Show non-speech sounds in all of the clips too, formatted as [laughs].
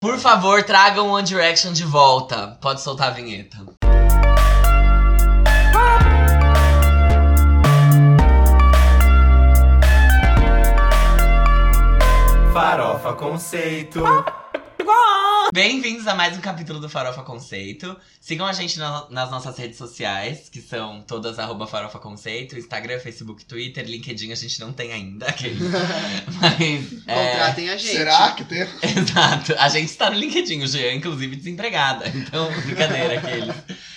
Por favor, tragam One Direction de volta. Pode soltar a vinheta. Farofa Conceito. Bem-vindos a mais um capítulo do Farofa Conceito. Sigam a gente na- nas nossas redes sociais, que são todas arroba Farofa Conceito, Instagram, Facebook, Twitter, LinkedIn a gente não tem ainda. aquele. [laughs] Mas. é, Contratem a gente. Será que tem? [laughs] Exato. A gente está no LinkedIn, o Jean, inclusive, desempregada. Então, brincadeira aquele.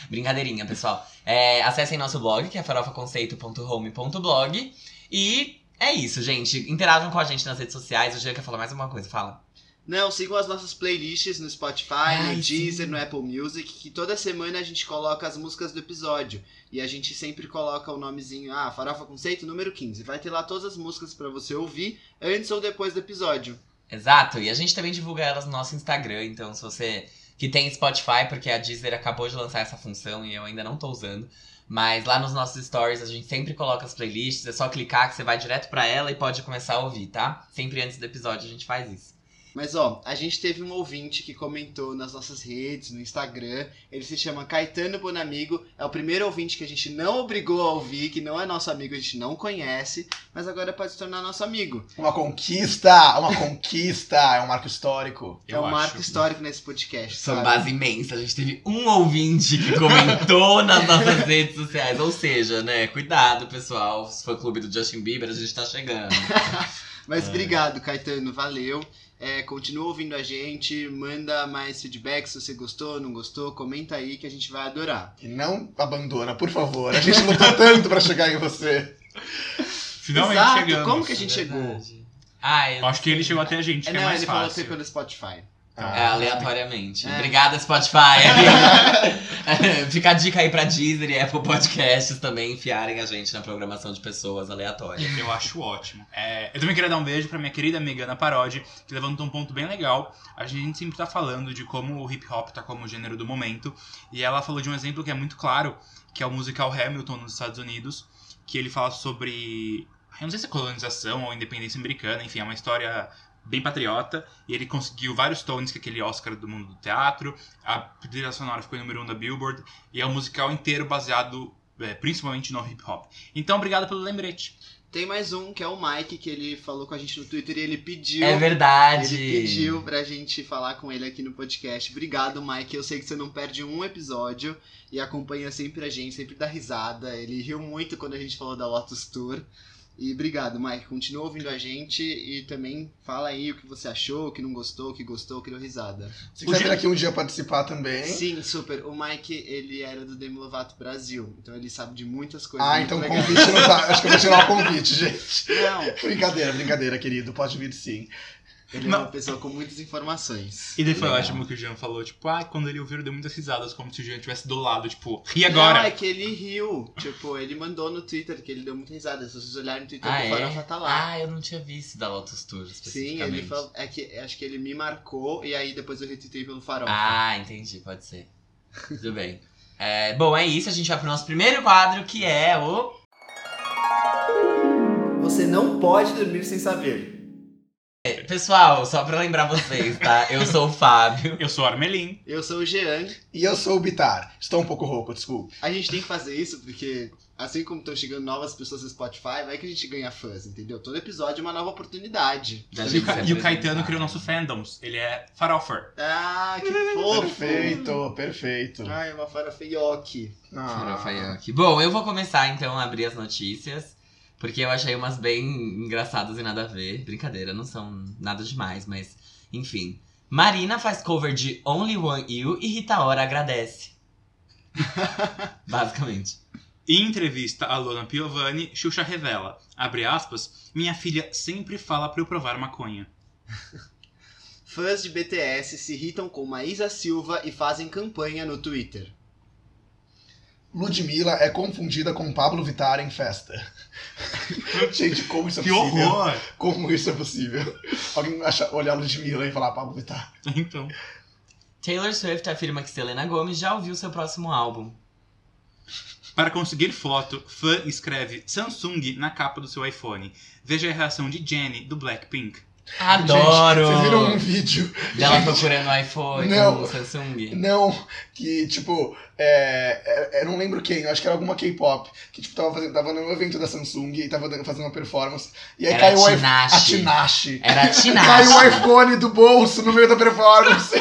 Brincadeirinha, pessoal. É, acessem nosso blog, que é farofaconceito.home.blog. E é isso, gente. Interajam com a gente nas redes sociais. O Jean quer falar mais alguma coisa, fala. Não, sigam as nossas playlists no Spotify, Ai, no sim. Deezer, no Apple Music, que toda semana a gente coloca as músicas do episódio. E a gente sempre coloca o nomezinho, ah, Farofa Conceito número 15. Vai ter lá todas as músicas pra você ouvir antes ou depois do episódio. Exato. E a gente também divulga elas no nosso Instagram. Então, se você que tem Spotify, porque a Deezer acabou de lançar essa função e eu ainda não tô usando. Mas lá nos nossos stories a gente sempre coloca as playlists, é só clicar que você vai direto pra ela e pode começar a ouvir, tá? Sempre antes do episódio a gente faz isso. Mas ó, a gente teve um ouvinte que comentou nas nossas redes, no Instagram. Ele se chama Caetano Bonamigo. É o primeiro ouvinte que a gente não obrigou a ouvir, que não é nosso amigo, a gente não conhece, mas agora pode se tornar nosso amigo. Uma conquista! Uma conquista! É um marco histórico. é um acho. marco histórico nesse podcast. São sabe? base imensa. A gente teve um ouvinte que comentou [laughs] nas nossas redes sociais. Ou seja, né? Cuidado, pessoal. Se for clube do Justin Bieber, a gente tá chegando. É. Mas obrigado, Caetano, valeu. É, continua ouvindo a gente, manda mais feedback se você gostou, não gostou, comenta aí que a gente vai adorar. E não abandona, por favor. A gente lutou tanto pra chegar em você. Finalmente Exato, chegamos. como que a gente chegou? Ai, É Ah, eu- Acho que ele chegou até a gente, É, que é não, mais ele falou que fácil. foi pelo Spotify. É, Ah. aleatoriamente. Ah. É. Obrigada, Spotify. [laughs] [laughs] Fica a dica aí pra Deezer e Apple Podcasts também enfiarem a gente na programação de pessoas aleatórias. Eu acho ótimo. É, eu também queria dar um beijo pra minha querida amiga Ana Parodi, que levantou um ponto bem legal. A gente sempre tá falando de como o hip hop tá como o gênero do momento. E ela falou de um exemplo que é muito claro, que é o musical Hamilton nos Estados Unidos, que ele fala sobre. Eu não sei se é colonização ou independência americana, enfim, é uma história bem patriota. E ele conseguiu vários Tones, que é aquele Oscar do mundo do teatro. A trilha sonora ficou em número 1 um da Billboard. E é um musical inteiro baseado é, principalmente no hip hop. Então, obrigado pelo lembrete. Tem mais um que é o Mike, que ele falou com a gente no Twitter e ele pediu. É verdade. Ele pediu pra gente falar com ele aqui no podcast. Obrigado, Mike. Eu sei que você não perde um episódio e acompanha sempre a gente, sempre dá risada. Ele riu muito quando a gente falou da Lotus Tour. E obrigado, Mike. Continua ouvindo a gente e também fala aí o que você achou, o que não gostou, o que gostou, o que deu risada. É. Se quiser vir aqui um dia participar também. Sim, super. O Mike, ele era do Demi Lovato Brasil, então ele sabe de muitas coisas. Ah, muito então o legais. convite não tá. Acho que eu vou tirar o [laughs] convite, [laughs] gente. Não, Brincadeira, brincadeira, querido. Pode vir sim. ele é Não. uma pessoa com muitas informações. E daí foi Legal. ótimo que o Jean falou, tipo, ah, quando ele ouviu, ele deu muitas risadas, como se o Jean tivesse do lado, tipo, ri agora. Não, é que ele riu. Tipo, ele mandou no Twitter que ele deu muita risada. Se vocês olharem no Twitter Ah, do é? Farofa, tá lá. Ah, eu não tinha visto da Lotus Tour Sim, especificamente. ele falou. É que acho que ele me marcou e aí depois eu retuitei pelo Farofa. Ah, entendi, pode ser. Tudo bem. É, bom, é isso. A gente vai pro nosso primeiro quadro, que é o. Você não pode dormir sem saber. Pessoal, só pra lembrar vocês, tá? Eu sou o é Fábio. Eu sou Armelin. Eu sou o Jean. E eu sou o Bitar. Estou um pouco rouco, desculpa. A gente tem que fazer isso porque, assim como estão chegando novas pessoas no Spotify, vai que a gente ganha fãs, entendeu? Todo episódio é uma nova oportunidade. Da E o, gente Ca- É, se e o apresentar. Caetano criou nosso fandoms. Ele é farofer. Ah, [laughs] que fofo! Perfeito, perfeito. Ah. Ai, é uma farofeioque. Farofa Ah, Yankee. Bom, eu vou começar então a abrir as notícias. Porque eu achei umas bem engraçadas e nada a ver. Brincadeira, não são nada demais, mas enfim. Marina faz cover de Only One You e Rita Ora [laughs] agradece. Basicamente. Em entrevista a Lona Piovani, Xuxa revela, abre aspas, minha filha sempre fala pra eu provar maconha. Fãs de BTS se irritam com Maísa Silva e fazem campanha no Twitter. Ludmilla é confundida com Pablo Vittar em festa. [laughs] Gente, como isso é Que possível? horror! [laughs] Como isso é possível? Alguém achar, olhar Ludmilla e falar Pablo Vittar. Então, Taylor Swift afirma que Selena Gomez já ouviu seu próximo álbum. para conseguir foto, fã escreve Samsung na capa do seu iPhone. Veja a reação de Jenny, do Blackpink. Adoro! Gente, vocês viram um vídeo Dela Gente, procurando o iPhone, não. o Samsung. Não, que tipo, é, é- eu não lembro quem, eu acho que era alguma K-pop, que tipo, tava, fazendo, tava num evento da Samsung e tava dando- fazendo uma performance, e aí Era É, caiu o a iPhone. A Tinashe. Tinashe. Era a Tinashe. Caiu o iPhone do bolso no meio da performance.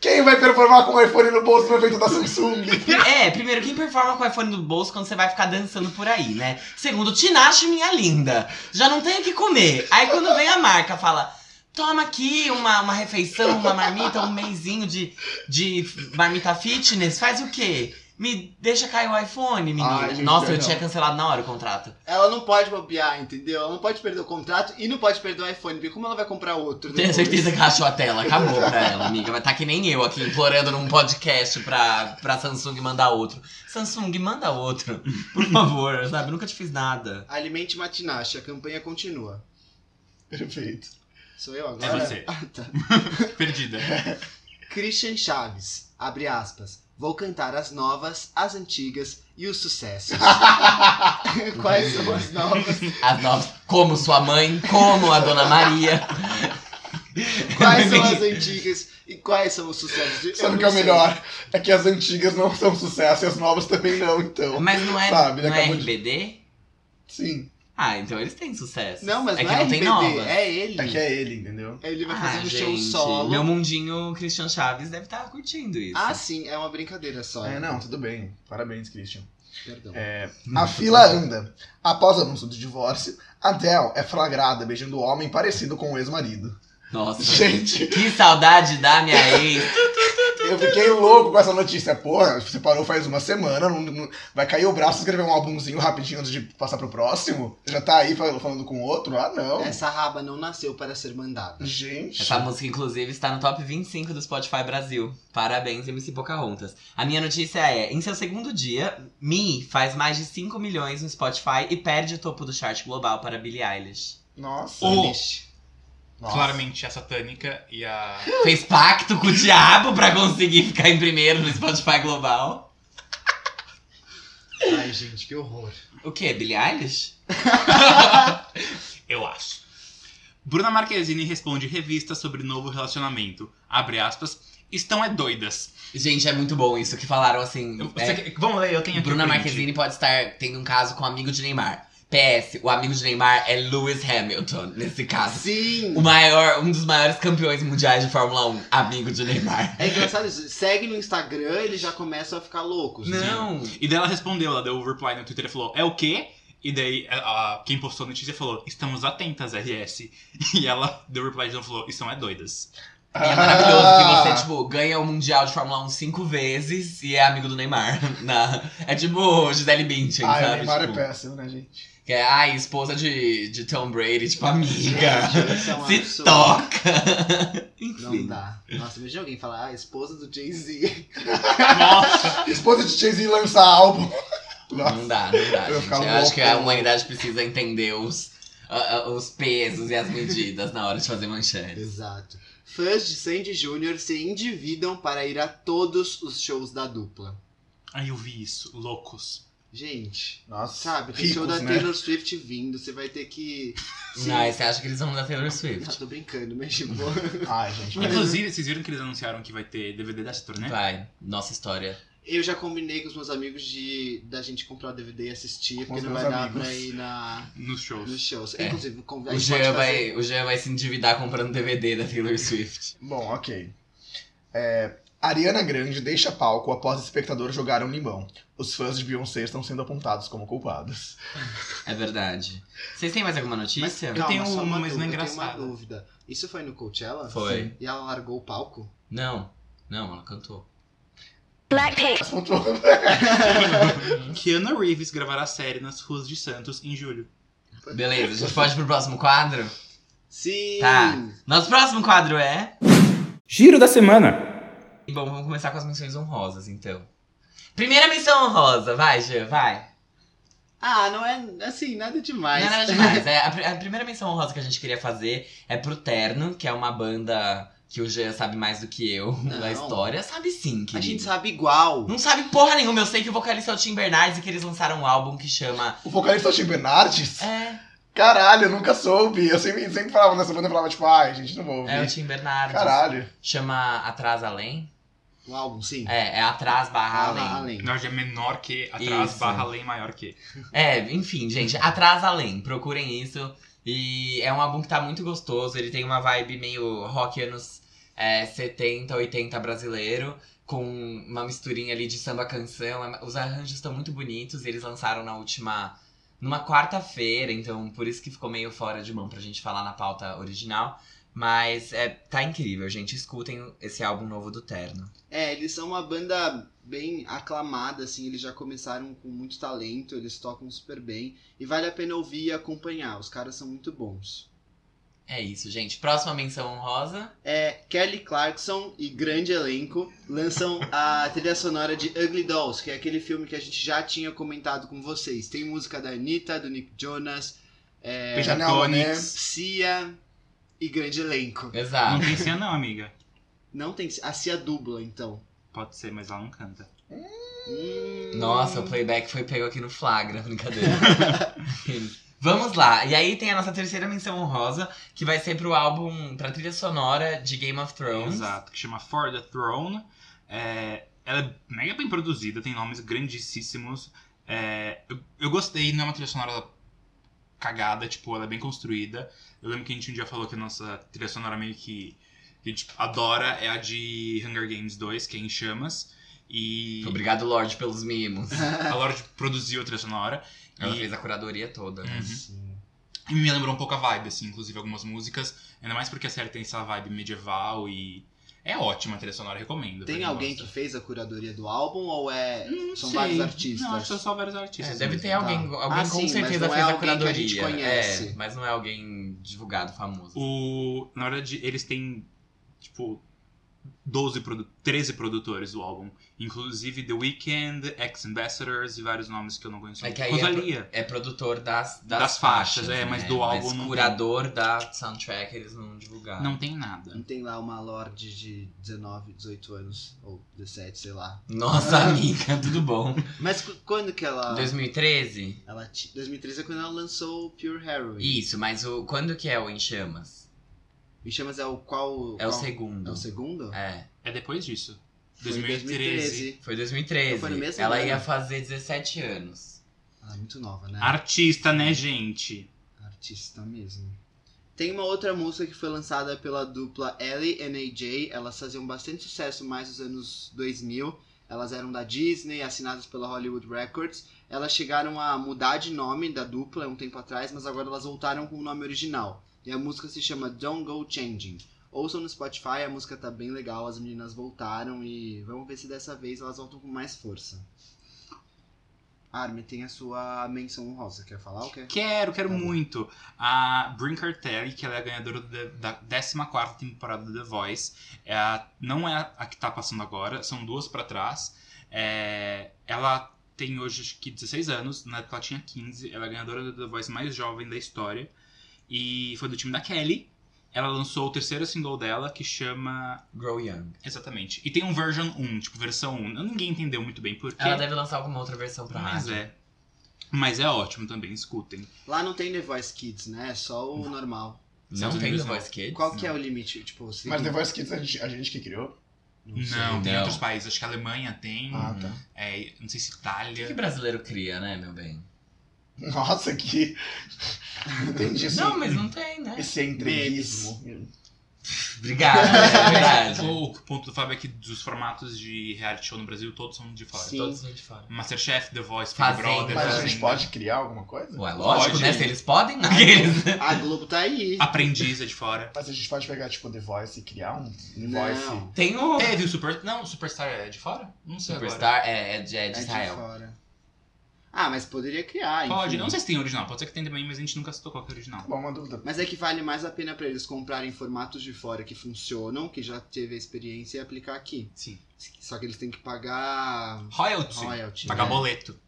Quem vai performar com o iPhone no bolso no evento da Samsung? É, primeiro, quem performa com o iPhone no bolso quando você vai ficar dançando por aí, né? Segundo, Tinashe, minha linda. Já não tem o que comer. Aí quando vem a marca, fala. Toma aqui uma, uma refeição, uma marmita, um meizinho de, de marmita fitness. Faz o quê? Me deixa cair o iPhone, menina. Ai, gente, Nossa, eu não. tinha cancelado na hora o contrato. Ela não pode bobear, entendeu? Ela não pode perder o contrato e não pode perder o iPhone, porque como ela vai comprar outro? né? Tenho depois? certeza que rachou a tela. Acabou pra ela, amiga. Vai tá que nem eu aqui, implorando num podcast pra, pra Samsung mandar outro. Samsung, manda outro. Por favor, sabe? Nunca te fiz nada. Alimente Matinache, a campanha continua. Perfeito. Sou eu agora? É você. Ah, tá. Perdida. Christian Chaves, abre aspas. Vou cantar as novas, as antigas e os [laughs] sucessos. Quais são as novas? As novas, como sua mãe, como a Dona Maria. Quais são as antigas e quais são os sucessos? Eu Sabe o que é o sei. melhor? É que as antigas não são sucesso e as novas também não, então. Mas não é, Sabe, né? não é acabou de- RBD? Sim, Ah, então eles têm sucesso. Não, mas é não que é não tem RBD, novas. é ele. é que é ele, entendeu? Ele vai Ah, fazer um show gente, solo. Meu mundinho Christian Chaves deve estar curtindo isso. Ah, sim, é uma brincadeira só. É, não, tudo bem. Parabéns, Christian. Perdão. É, a fila anda. Após o anúncio do divórcio, Adele é flagrada beijando um homem parecido com o ex-marido. Nossa. Gente, Que saudade da minha ex. eu fiquei louco com essa notícia. Porra, você parou faz uma semana, não- não- vai cair o braço escrever um álbumzinho rapidinho antes de passar pro próximo? Já tá aí fal- falando com outro? Ah, não. Essa raba não nasceu para ser mandada. Gente. É. Essa música, inclusive, está no top 25 do Spotify Brasil. Parabéns, MC Pocahontas. A minha notícia é: em seu segundo dia, Mi faz mais de 5 milhões no Spotify e perde o topo do chart global para Billie Eilish. Nossa. O- Ixi. Nossa. Claramente a satânica e a. Fez pacto com o diabo pra conseguir ficar em primeiro no Spotify Global. Ai, gente, que horror. O quê? Billie Eilish? Eu acho. Bruna Marquezine responde revista sobre novo relacionamento. Abre aspas. Estão é doidas. Gente, é muito bom isso que falaram assim. Eu- é, você quer- vamos ler, eu tenho aqui. Bruna o print. Marquezine pode estar tendo um caso com um amigo de Neymar. PS, o amigo de Neymar é Lewis Hamilton, nesse caso. Sim! O maior, um dos maiores campeões mundiais de Fórmula 1, amigo de Neymar. É engraçado isso. Segue no Instagram, eles já começam a ficar loucos. Não. E daí ela respondeu, ela deu o reply no Twitter e falou, é o quê? E daí a- a- quem postou a notícia falou, estamos atentas, RS. [laughs] E ela deu o reply de novo e falou, estão é doidas. E é maravilhoso que você, tipo, ganha o Mundial de Fórmula 1 cinco vezes e é amigo do Neymar. [laughs] Na- É tipo Gisele Bündchen, Ah, o sabe? Neymar Tipo, é péssimo, né, gente? Que é, ai, esposa de, de Tom Brady, tipo, amiga. Isso é um [laughs] se absurdo. toca. Não Enfim. dá. Nossa, imagina alguém falar, ah, esposa do Jay-Z. [laughs] Nossa! Esposa de Jay-Z lança álbum. Não Nossa. dá, não dá. Eu gente. ficava Eu acho que a louco. humanidade precisa entender os, a- a- os pesos e as medidas na hora de fazer manchete. Exato. Fãs de Sandy Júnior se endividam para ir a todos os shows da dupla. Ai, eu vi isso, loucos. Gente, Nossa. sabe, tem show da Ricos, né? Taylor Swift vindo, você vai ter que. Sim. Não, você acha que eles vão mudar Taylor Não, Swift? tô brincando, mas tipo. Ai, gente. Uhum. mas- Inclusive, vocês viram que eles anunciaram que vai ter DVD dessa turnê? Vai, nossa história. Eu já combinei com os meus amigos de da gente comprar o DVD e assistir, Com porque os não meus vai dar amigos. pra ir na, Nos shows. nos shows. É. Inclusive, com- O a gente Jean, pode vai, o Jean vai se endividar comprando DVD da Taylor Swift. Bom, ok. É, Ariana Grande deixa palco após espectadores jogaram limão. Os fãs de Beyoncé estão sendo apontados como culpados. É verdade. Vocês têm mais alguma notícia? Eu tenho só uma, mas não dúvida, é eu tenho engraçada. uma dúvida. Isso foi no Coachella? Foi. E ela largou o palco? Não, não, ela cantou. Blackpink. Mas pontuou- Uhum. Keanu Reeves gravará série nas ruas de Santos em julho. é. Beleza, a gente pode ir pro próximo quadro? Sim! Tá. Nosso próximo quadro é. Giro da semana. E Bom, vamos começar com as menções honrosas, então. Primeira menção honrosa, vai, Gê, vai. Ah, não é assim, nada demais. Não é nada demais. É, a, pri- a primeira menção honrosa que a gente queria fazer é pro Terno, que é uma banda que o Gê sabe mais do que eu [laughs] da Não. história. Sabe sim, querido. A gente sabe igual. Não sabe porra nenhuma. Eu sei que o vocalista é o Tim Bernardes e que eles lançaram um álbum que chama. o vocalista é o Tim Bernardes? É. Caralho, eu nunca soube. Eu sempre, sempre falava nessa banda, eu falava, tipo, ai, gente, não vou É o ouvir. Tim Bernardes. Caralho. Chama Atrás Além. O álbum, sim. É, é Atrás barra Além. Ah, além. Na verdade é menor que atrás, Isso. barra além maior que. É, enfim, gente, Atrás Além, procurem isso. E é um álbum que tá muito gostoso, ele tem uma vibe meio rock anos é, 70, 80 brasileiro, com uma misturinha ali de samba canção. É- Os arranjos estão muito bonitos, e eles lançaram na última. numa quarta-feira, então por isso que ficou meio fora de mão pra gente falar na pauta original. Mas é, tá incrível, gente. Escutem esse álbum novo do Terno. É, eles são uma banda bem aclamada, assim, eles já começaram com muito talento, eles tocam super bem. E vale a pena ouvir e acompanhar, os caras são muito bons. É isso, gente. Próxima menção honrosa. É, Kelly Clarkson e grande elenco lançam a trilha sonora de Ugly Dolls, que é aquele filme que a gente já tinha comentado com vocês. Tem música da Anitta, do Nick Jonas, é, Pentatonix. Cia e grande elenco. Não Exato. tem cena não, amiga. Não tem a Cia dubla, então. Pode ser, mas ela não canta. Hum. Nossa, o playback foi pego aqui no flagra, [laughs] brincadeira. Vamos lá. E aí tem a nossa terceira menção honrosa, que vai ser pro álbum, pra trilha sonora de Game of Thrones. Exato, que chama For the Throne. É, ela é mega bem produzida, tem nomes grandíssimos. É, eu, eu gostei, não é uma trilha sonora cagada, tipo, ela é bem construída. Eu lembro que a gente um dia falou que a nossa trilha sonora meio que que a gente adora é a de Hunger Games 2, que é em chamas. E Obrigado, Lorde, pelos mimos. a Lorde produziu a trilha sonora. Ela e- fez a curadoria toda. né? Uhum. E me lembrou um pouco a vibe, assim, inclusive algumas músicas. Ainda mais porque a série tem essa vibe medieval e. É ótima a trilha sonora, recomendo. pra Tem quem alguém gosta. que fez a curadoria do álbum ou é Não são sei. vários artistas? Não, acho que são só vários É, artistas. né? deve mesmo. ter alguém, Tá. alguém Ah, com sim, mas certeza não fez é a alguém que a curadoria. gente É, conhece. mas não é alguém divulgado, famoso. O... Na verdade, eles têm, tipo, 12, produ... 13 produtores do álbum. Inclusive The Weeknd, Ex-Ambassadors e vários nomes que eu não conheço. É que aí é Rosalia. É produtor das, das, né? Das faixas, é, mas do álbum não Mas tem. curador da soundtrack eles não divulgaram. Não tem nada. Não tem lá uma Lorde de 19, 18 anos, ou 17, sei lá. Nossa, [laughs] amiga, tudo bom. Mas cu- quando que ela. 2013? ela ti- 2013 é quando ela lançou o Pure Heroin. Isso, mas o quando que é o Em Chamas? Me chamas é o qual. É o qual- segundo. É o segundo? É, É depois disso. Foi 2013. foi 2013. Foi no mesmo Ela ano. ia fazer 17 anos. Ela é muito nova, né? Artista, né, gente? Artista mesmo. Tem uma outra música que foi lançada pela dupla Ellie and AJ. Elas faziam bastante sucesso mais nos anos 2000. Elas eram da Disney, assinadas pela Hollywood Records. Elas chegaram a mudar de nome da dupla um tempo atrás, mas agora elas voltaram com o nome original. E a música se chama Don't Go Changing. Ouçam no Spotify, a música tá bem legal, as meninas voltaram e vamos ver se dessa vez elas voltam com mais força. Armin, tem a sua menção honrosa. Quer falar ou quer? Quero, quero Tá bom. muito. A Brin Cartelli, que ela é a ganhadora da da 14 temporada do The Voice, é a- não é a que tá passando agora, são duas pra trás. É, ela tem hoje acho que 16 anos, na época ela tinha 15, ela é a ganhadora do The Voice mais jovem da história. E foi do time da Kelly. Ela lançou o terceiro single dela, que chama. Grow Young. Exatamente. E tem um version 1, tipo versão 1. Ninguém entendeu muito bem por quê. Ela deve lançar alguma outra versão pra Mas rádio. é. Mas é ótimo também, escutem. Lá não tem The Voice Kids, né? É só o normal. Não Estados tem Unidos, os não. Voice Kids? Qual que é o limite? Tipo, se... Mas The Voice Kids a gente, a gente que criou. Não, tem Não. outros países. Acho que a Alemanha tem. Ah, tá. é, não sei se O que, que Itália. brasileiro cria, né, meu bem? Nossa, que. Não entendi esse, Não, mas não tem, né? esse entreguismo. Obrigado, [laughs] é verdade. um O ponto do Fábio é que dos formatos de reality show no Brasil, todos são de fora. Sim. Todos vêm de fora. Masterchef, The Voice, Big Fazenda. Brother, Mas a Fazenda. gente pode criar alguma coisa? Ué, lógico, Pode. né? Se eles podem, aqueles. A Globo tá aí. Aprendiz é de fora. Mas a gente pode pegar, tipo, The Voice e criar um The Voice. Não. Tem o. Teve o É, Super... Não, o Superstar é de fora? Não sei agora. Superstar é, é de, é É de de Israel. fora. Ah, mas poderia criar, Pode. enfim. Não sei se tem original. Pode ser que tenha também, mas a gente nunca citou qual que é o original. Bom, uma dúvida. Mas é que vale mais a pena pra eles comprarem formatos de fora que funcionam, que já teve a experiência e aplicar aqui. Sim. Só que eles têm que pagar Royalty. royalty. Pagar né? boleto.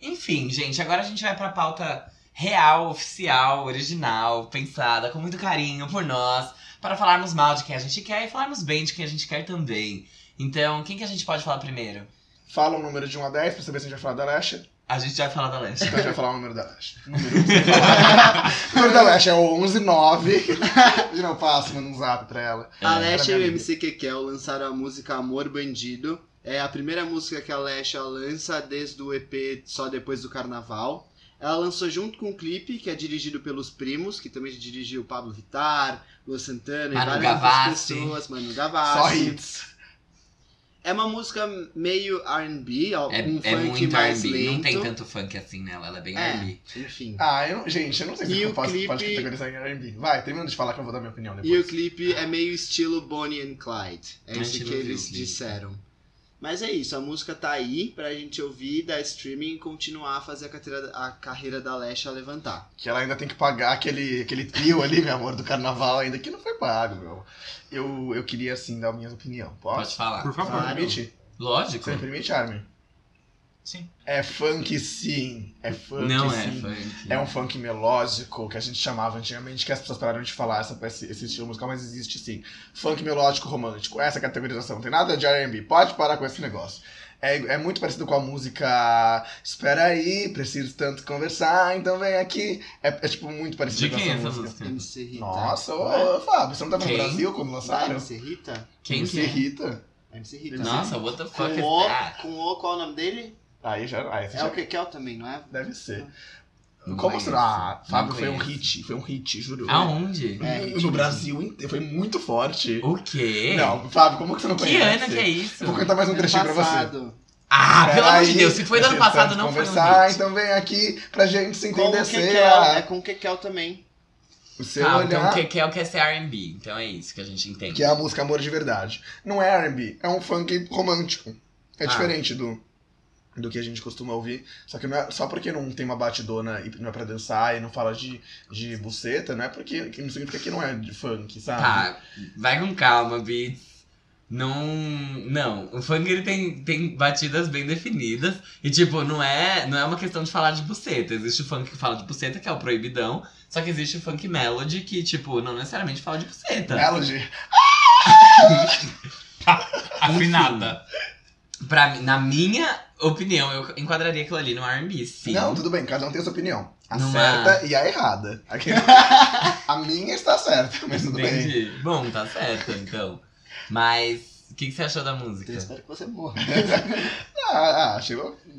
Enfim, gente, agora a gente vai pra pauta real, oficial, original, pensada com muito carinho por nós, para falarmos mal de quem a gente quer e falarmos bem de quem a gente quer também. Então, quem que a gente pode falar primeiro? Fala um número de 1 a 10 pra saber se a gente vai falar da Lesha. A gente vai falar da Lash. [laughs] Então a gente vai falar o número da Lash. [laughs] O número um, que você falar. [laughs] O número da Lash é o [laughs] 119. De não passo, manda um zap pra ela. É, A Lash e Era o minha MC Kekel lançaram a música Amor Bandido. É a primeira música que a Lash ela lança desde o EP Só Depois do Carnaval. Ela lançou junto com o clipe, que é dirigido pelos primos, que também dirigiu Pablo Vittar, Lu Manu Santana e várias outras Gavassi. pessoas, Manu Só Gavassi. hits. É uma música meio R&B, ó, É, um é funk muito mais R&B. lento. Não tem tanto funk assim nela, ela é bem É. R&B. Enfim. Ah, eu não, gente, eu não sei se E eu o posso, pode clipe- categorizar em R&B. Vai, termina de falar que eu vou dar minha opinião depois. E o clipe é meio estilo Bonnie and Clyde. É A isso gente que não viu o eles clipe. disseram. Mas é isso, a música tá aí pra gente ouvir, dar streaming e continuar a fazer a carreira, a carreira da Lesha levantar. Que ela ainda tem que pagar aquele, aquele trio ali, meu amor, do carnaval ainda, que não foi pago, meu. Eu, eu queria, assim, dar a minha opinião. Pode Posso? falar. Por favor. Claro. Permite? Lógico. Você me permite, Armin? Sim. É funk sim, é funk Não é sim. funk. É um funk melódico, que a gente chamava antigamente, que as pessoas pararam de falar essa, esse, esse estilo musical, mas existe sim. Funk melódico romântico, essa categorização. Não tem nada de R&B, pode parar com esse negócio. É, é muito parecido com a música Espera aí, preciso tanto conversar, então vem aqui. É, é, tipo muito parecido De com quem é essa música. música? MC Rita. Nossa, Não ô, ô, Fábio, você não tava Quem? no Brasil quando é? lançaram? MC Rita? Quem é? Você que irrita. MC Rita. assim. é? Nossa, what the com fuck Ah. is o, that? com o, qual é o nome dele? Aí já, aí você É já o Kekel também, não é? deve ser. Não Como conheço. você... Ah, Não Fábio, foi um conheço. hit, foi um hit, juro. Aonde? É, hit No- mesmo. no Brasil inteiro, foi muito forte. O quê? Não, Fábio, como que você não Que conhece? ano que é isso? Eu Vou cantar mais um Ano trechinho pra você. passado. Ah, pelo amor de Peraí, Deus, se foi do ano preciso passado, tanto não foi um conversar, hit. então vem aqui pra gente se Com o entendecer. Kekel, ah, é com o Kekel também. O seu Ah, então olhar, o que que é o que é ser R&B? Então é isso que a gente entende. que é a música Amor de Verdade. Não é R&B, é um funk romântico. É Ah. diferente do, do que a gente costuma ouvir. Só que não é- só porque não tem uma batidona e não é pra dançar e não fala de, de buceta, não é porque que não significa que não é de funk, sabe? Tá, vai com calma, Beats. Não. Não. O funk ele tem, tem batidas bem definidas. E, tipo, não é, não é uma questão de falar de buceta. Existe o funk que fala de buceta, que é o proibidão. Só que existe o funk melody, que, tipo, não necessariamente fala de buceta. Melody. Afinada. Pra, mim- na minha opinião, eu enquadraria aquilo ali no RB, sim. Não, tudo bem, cada um tem a sua opinião. A Não certa e a errada. [laughs] Aqui- a minha está certa, mas tudo bem. Entendi. Bom, tá certo, então. Mas o que, que você achou da música? Eu espero que você morra. [laughs] Ah, ah, achei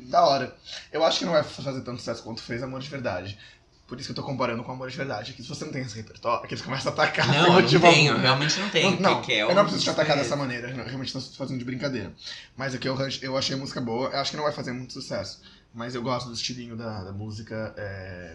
da hora. Eu acho que não vai fazer tanto sucesso quanto fez Amor de Verdade. Por isso que eu tô comparando com Amor de Verdade. Que se você não tem esse repertório, que eles começam a atacar. [laughs] Não, eu tipo, não tenho, eu realmente não tenho. Não, não, que que é? eu não preciso te atacar É. dessa maneira. Eu realmente tô fazendo de brincadeira. Mas é que eu, eu achei a música boa. Eu acho que não vai fazer muito sucesso. Mas eu gosto do estilinho da, da música. é,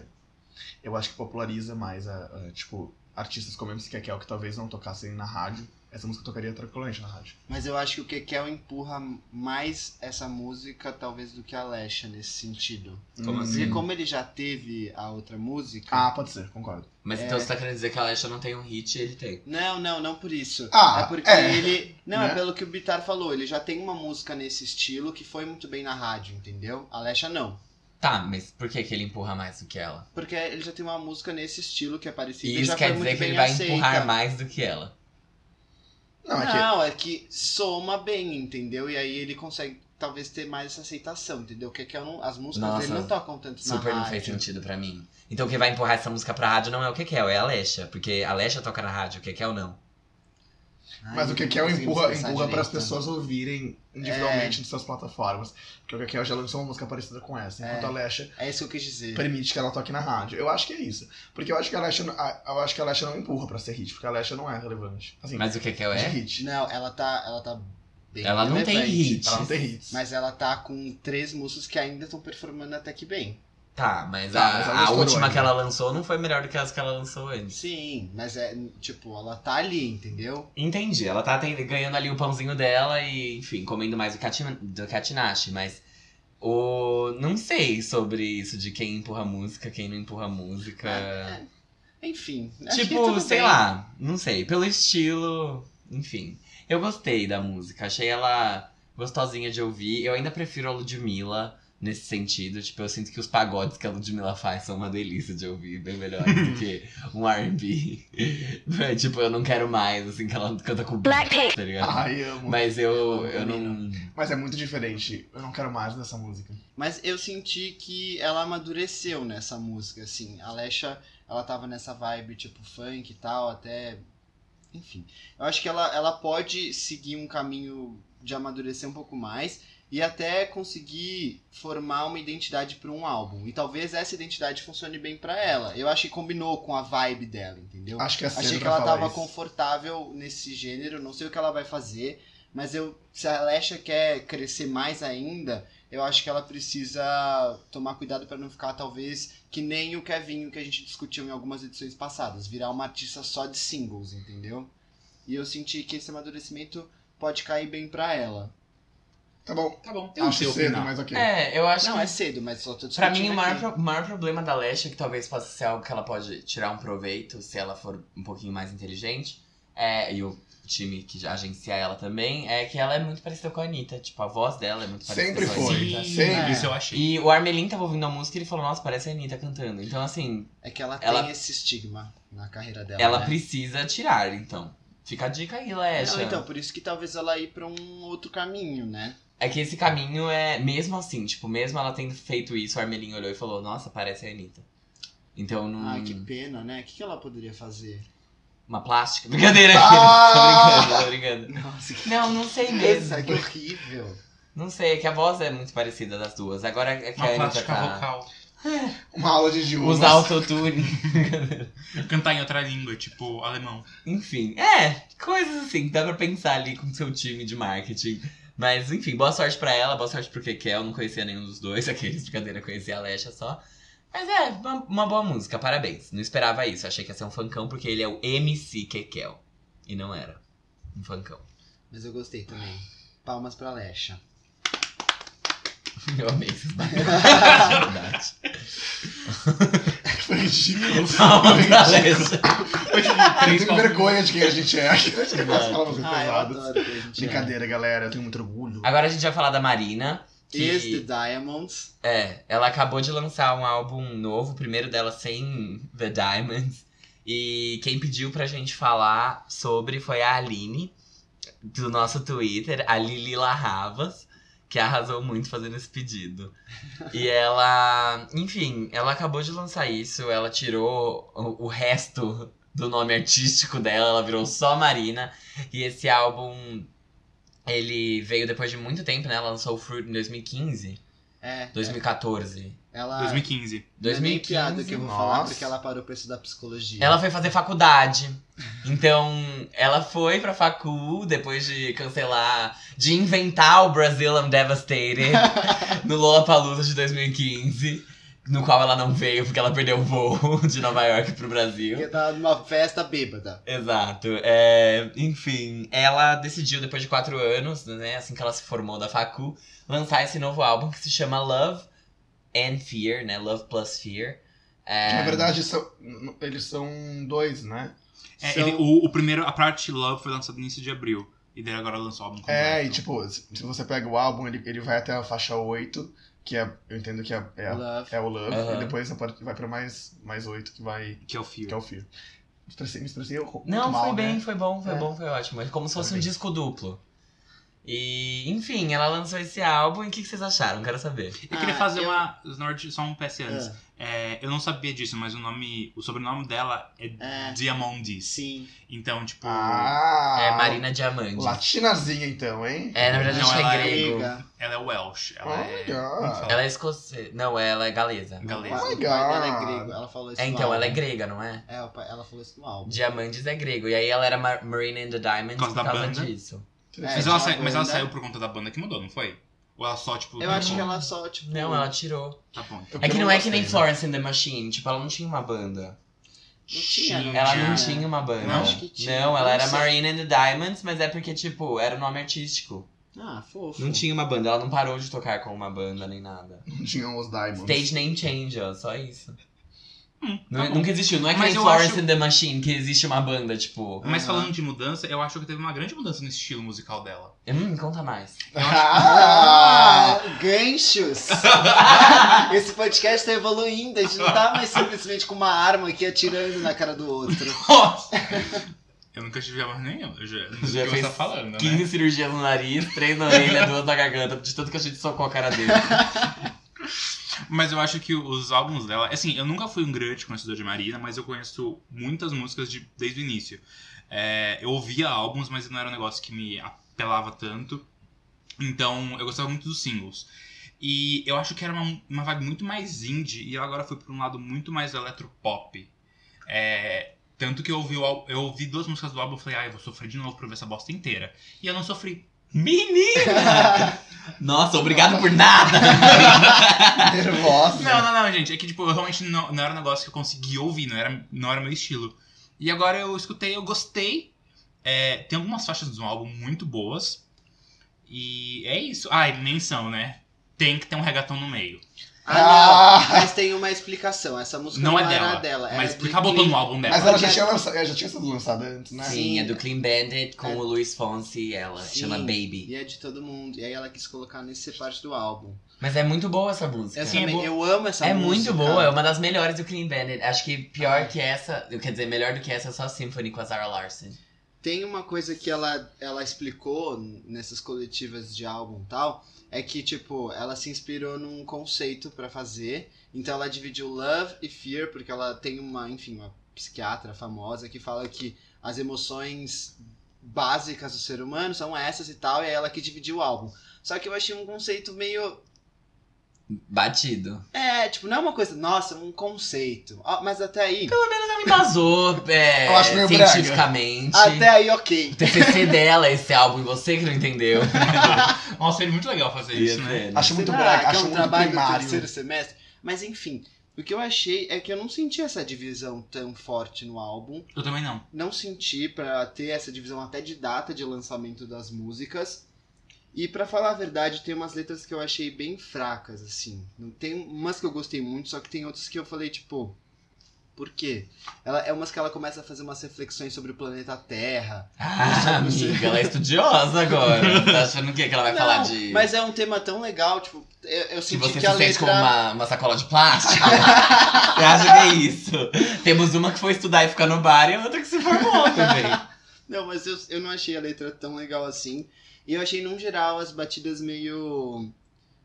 Eu acho que populariza mais, a, a, tipo, artistas como MC Kekel, que talvez não tocassem na rádio. Essa música tocaria tranquilamente na rádio. Mas eu acho que o Kekel empurra mais essa música, talvez, do que a Lesha nesse sentido. Como assim? Porque como ele já teve a outra música. Hum. Ah, pode ser, concordo. Mas então você tá querendo dizer que a Alexa não tem um hit e ele tem. Não, não, não por isso. Ah, é porque é, ele. Não, é né? pelo que o Bitar falou. Ele já tem uma música nesse estilo que foi muito bem na rádio, entendeu? A Lesha não. Tá, mas por que, que ele empurra mais do que ela? Porque ele já tem uma música nesse estilo que é parecida E e isso já quer foi muito dizer que bem ele vai aceita. empurrar mais do que ela. Não, é que Não, é que soma bem, entendeu? E aí ele consegue talvez ter mais essa aceitação, entendeu? Que que eu não- as músicas Nossa, dele não tocam tanto na Super não rádio. fez sentido pra mim. Então quem vai empurrar essa música pra rádio não é o Kekel, é a Alexa. Porque a Alexa toca na rádio, o Kekel não. Mas Ai, o que não Kekel consigo empurra, expressar empurra para as direito. pessoas ouvirem individualmente em suas plataformas. Porque o Kekel já lançou uma música parecida com essa, enquanto É. a Lesha É isso que eu quis dizer. permite que ela toque na rádio. Eu acho que é isso. Porque eu acho que a Lesha, a- eu acho que a Lesha não empurra pra ser hit, porque a Lesha não é relevante. Assim, Mas o Kekel de [laughs] é? hit. Não, ela tá, ela tá bem Ela não tem relevante, tá? hit. Ela não tem hits. Mas ela tá com três músicas que ainda estão performando até que bem. Tá, mas Tá, mas ela não a, a estourou última que ainda. ela lançou não foi melhor do que as que ela lançou antes. Sim, mas é, tipo, ela tá ali, entendeu? Entendi, ela tá ten- ganhando ali o pãozinho dela e, enfim, comendo mais do que a Tina- do que a Tinashe, mas o... não sei sobre isso de quem empurra música, quem não empurra música. Ah, É, Enfim. acho que Tipo, tudo sei bem. lá, não sei. Pelo estilo, enfim. Eu gostei da música, achei ela gostosinha de ouvir. Eu ainda prefiro a Ludmilla nesse sentido. Tipo, eu sinto que os pagodes que a Ludmilla faz são uma delícia de ouvir, bem melhores do que um RB. [laughs] É, tipo, eu não quero mais, assim, que ela canta com Blackpink. tá ligado? Ai, amo. Mas... Mas eu, eu não. é muito diferente. Eu não quero mais dessa música. Mas eu senti que ela amadureceu nessa música, assim. A Lesha, ela tava nessa vibe tipo funk e tal, até. Enfim. Eu acho que ela, ela pode seguir um caminho de amadurecer um pouco mais e até conseguir formar uma identidade para um álbum. E talvez essa identidade funcione bem para ela. Eu acho que combinou com a vibe dela, entendeu? Acho que é Achei cedo que pra ela falar tava isso. confortável nesse gênero, não sei o que ela vai fazer, mas eu, se a Lesha quer crescer mais ainda, eu acho que ela precisa tomar cuidado pra não ficar, talvez, que nem o Kevinho que a gente discutiu em algumas edições passadas, virar uma artista só de singles, entendeu? E eu senti que esse amadurecimento pode cair bem pra ela. Tá bom. Tá bom, eu não sei Acho cedo, opinar. mas ok. É, eu acho Não, que. é cedo, mas só tô Pra discutindo mim, o maior, aqui. pro- maior problema da Lesha, que talvez possa ser algo que ela pode tirar um proveito se ela for um pouquinho mais inteligente, é, e o time que já agencia ela também, é que ela é muito parecida com a Anitta. Tipo, a voz dela é muito parecida Sempre com a foi, Anitta. sempre. Isso eu achei. E o Armelin tava ouvindo a música e ele falou, nossa, parece a Anitta cantando. Então, assim, É que ela, Ela- tem esse estigma na carreira dela. ela né? precisa tirar, então. Fica a dica aí, Lesha. Não, então, por isso que talvez ela ir pra um outro caminho, né? É que esse caminho é, mesmo assim, tipo, mesmo ela tendo feito isso, o Armelin olhou e falou, nossa, parece a Anitta. Então, não... Ai, que pena, né? O que, que ela poderia fazer? Uma plástica? [laughs] Brincadeira, Ah! Tô brincando, tô brincando. Nossa, que Não, não sei mesmo. pena, que é horrível. Não sei, é que a voz é muito parecida das duas. Agora é que Uma a Anitta plástica tá... vocal. Uma aula de Dilma. Usar autotune. Cantar em outra língua, tipo alemão. enfim, é, coisas assim, que dá pra pensar ali com o seu time de marketing. Mas, enfim, boa sorte pra ela, boa sorte pro Kekel. Não conhecia nenhum dos dois, [laughs] aqueles brincadeira, conhecia a Lesha só. Mas é, uma, uma boa música, parabéns. Não esperava isso, achei que ia ser um funkão, porque ele é o MC Kekel. E não era. Um funkão. [laughs] Mas eu gostei também. Palmas pra [laughs] Lesha. Eu amei esses barulhos. [laughs] Verdade. [laughs] Foi ridículo. Palmas pra Foi ridículo. Lesha. Eu Três tenho palmas. vergonha de quem a gente é. Eu tenho umas palavras Ah, eu pesadas. adoro que a gente Brincadeira, galera. Eu tenho muito orgulho. Agora a gente vai falar da Marina. é. Is the Que, Diamonds. é, ela acabou de lançar um álbum novo, o primeiro dela sem The Diamonds. E quem pediu pra gente falar sobre foi a Aline, do nosso Twitter, a Lili Larravas, que arrasou muito fazendo esse pedido. E ela, enfim, ela acabou de lançar isso, ela tirou o, o resto do nome artístico dela, ela virou só Marina. E esse álbum, ele veio depois de muito tempo, né? Ela lançou o Fruit em 2015, É. 2014. Ela. 2015. Não é nem piada 2015. que eu vou Nossa. falar porque ela parou pra estudar psicologia. Ela foi fazer faculdade. Então, ela foi pra facu depois de cancelar, de inventar o Brazil I'm [laughs] Devastated no Lollapalooza de 2015, no qual ela não veio porque ela perdeu o voo [laughs] de Nova York pro Brasil. Porque tava numa festa bêbada. Exato. É, enfim, ela decidiu, depois de quatro anos, né, assim que ela se formou da facu, lançar esse novo álbum que se chama Love and Fear, né? Love plus Fear. É, Na verdade, são- n- eles são dois, né? É, São- ele- o, o primeiro, a parte Love foi lançada no início de abril. E daí agora lançou o álbum completo. É, e tipo, se se você pega o álbum, ele, ele vai até a faixa 8, que é, eu entendo que é, é, Love. é o Love, Aham. e depois você pode- vai pra mais, mais 8, que vai. Que é o Fio. que é o Fear. Me expressei, me expressei muito Não, mal, foi bem, né? foi bom, foi É. bom, foi ótimo. É como se fosse um Parabéns. disco duplo. E, enfim, ela lançou esse álbum e o que, que vocês acharam? Quero saber. Eu queria Ah, fazer eu- uma. Nord, só um PS antes. Ah, É, eu não sabia disso, mas o nome. O sobrenome dela é, É. Diamondis. sim. Então, tipo. Ah! é Marina Diamante. Latinazinha, então, hein? Oh É, na verdade, Não, acho que ela é é grego. Grega. Ela é Welsh. Ela é. Olha. como fala? Ela é escocesa. Não, ela é galesa. O Galesa. pai- Oh o my pai dela é God. grego. Ela falou isso É, no então, ela é álbum. grega, não é? É, o pai- ela falou isso no álbum. Diamantes é grego. E aí ela era Mar- Marina and the Diamonds Por causa por da causa banda. disso. É, mas, de ela uma sai- mas ela banda. saiu por conta da banda que mudou, não foi? Ou ela só, tipo. Eu acho que tá bom, ela só, tipo. Não, ela tirou. Tá bom. Eu É que não não é que nem gostei, né? Florence and the Machine. Tipo, ela não tinha uma banda. Não tinha, não Ela tinha. não tinha uma banda. Não? Acho que tinha. Não, ela Não era sei. Marina and the Diamonds, mas é porque, tipo, era o nome artístico. Ah, fofo. Não tinha uma banda, ela não parou de tocar com uma banda nem nada. [laughs] Não tinham os Diamonds. Stage name change, ó, só isso. Tá bom. Nunca existiu. Não é que Mas nem eu Florence acho- and the Machine, que existe uma banda, tipo. Aham. Mas Ah. falando de mudança, eu acho que teve uma grande mudança no estilo musical dela. [laughs] Hum, conta mais. [laughs] Ah, ganchos! Esse podcast tá evoluindo, a gente não tá mais simplesmente com uma arma aqui atirando na cara do [laughs] outro. Nossa! Eu nunca tive arma nenhuma, eu já, não sei Já o que fez você tá falando, né? 15 cirurgias no nariz, 3 na orelha, [laughs] 2 na garganta, de tanto que a gente socou a cara dele. Mas eu acho que os álbuns dela. Assim, eu nunca fui um grande conhecedor de Marina, mas eu conheço muitas músicas de- desde o início. É, eu ouvia álbuns, mas não era um negócio que me apelava tanto. Então, eu gostava muito dos singles. E eu acho que era uma, uma vibe muito mais indie, e ela agora foi pra um lado muito mais eletropop. É, tanto que eu ouvi, o ál- eu ouvi duas músicas do álbum e falei, ah, eu vou sofrer de novo pra ouvir essa bosta inteira. E eu não sofri. Menina! Ah, Nossa, obrigado por nada! Nervosa. Não, não, não, gente. É que, tipo, eu realmente não, não era um negócio que eu conseguia ouvir, não era, não era meu estilo. E agora eu escutei, eu gostei. É, tem algumas faixas do álbum muito boas. E é isso. Ah, e menção, né? Tem que ter um reggaeton no meio. Ah, Ah, não! Mas tem uma explicação. Essa música Não não, é era dela, dela. era Mas de explicar botou Clean- no álbum dela. mas [laughs] ela já tinha, lança- ela já tinha sido lançada antes, né? Sim, é do Clean Bandit com o Luiz Fonsi e ela. Sim. Chama Baby. E é de todo mundo. E aí ela quis colocar nesse parte do álbum. Mas é muito boa essa música. Essa Sim, é também- boa. eu amo essa é música. muito boa, é uma das melhores do Clean Bandit. Acho que pior que essa, eu quer dizer, melhor do que essa é só Symphony com a Zara Larson. Tem uma coisa que ela, ela explicou nessas coletivas de álbum e tal, é que, tipo, ela se inspirou num conceito pra fazer, então ela dividiu love e fear, porque ela tem uma, enfim, uma psiquiatra famosa que fala que as emoções básicas do ser humano são essas e tal, e é ela que dividiu o álbum. Só que eu achei um conceito meio Batido. É, tipo, não é uma coisa, nossa, um conceito. Ó, Mas até aí. Ela embasou é, Eu acho meio brega. cientificamente. Até aí, ok. O TCC dela, esse álbum, e você que não entendeu. tá. Nossa, seria muito legal fazer isso, né? Acho muito Será brega, que acho é um muito trabalho do primário. terceiro semestre. Mas enfim, o que eu achei é que eu não senti essa divisão tão forte no álbum. Eu também não. Não senti pra ter essa divisão até de data de lançamento das músicas. E pra falar a verdade, tem umas letras que eu achei bem fracas, assim. Não Tem umas que eu gostei muito, só que tem outras que eu falei, tipo, por quê? Ela, é umas que ela começa a fazer umas reflexões sobre o planeta Terra. Ah, amiga, ela é estudiosa agora. [laughs] Tá achando o quê? Que ela vai Não, falar de. Mas é um tema tão legal, tipo, eu, eu que senti você que, se a sente letra... como uma, uma sacola de [laughs] plástico? você acha que é isso? Temos uma que foi estudar e ficar no bar e outra que se formou [laughs] também. Não, mas eu, eu não achei a letra tão legal assim. E eu achei, num geral, as batidas meio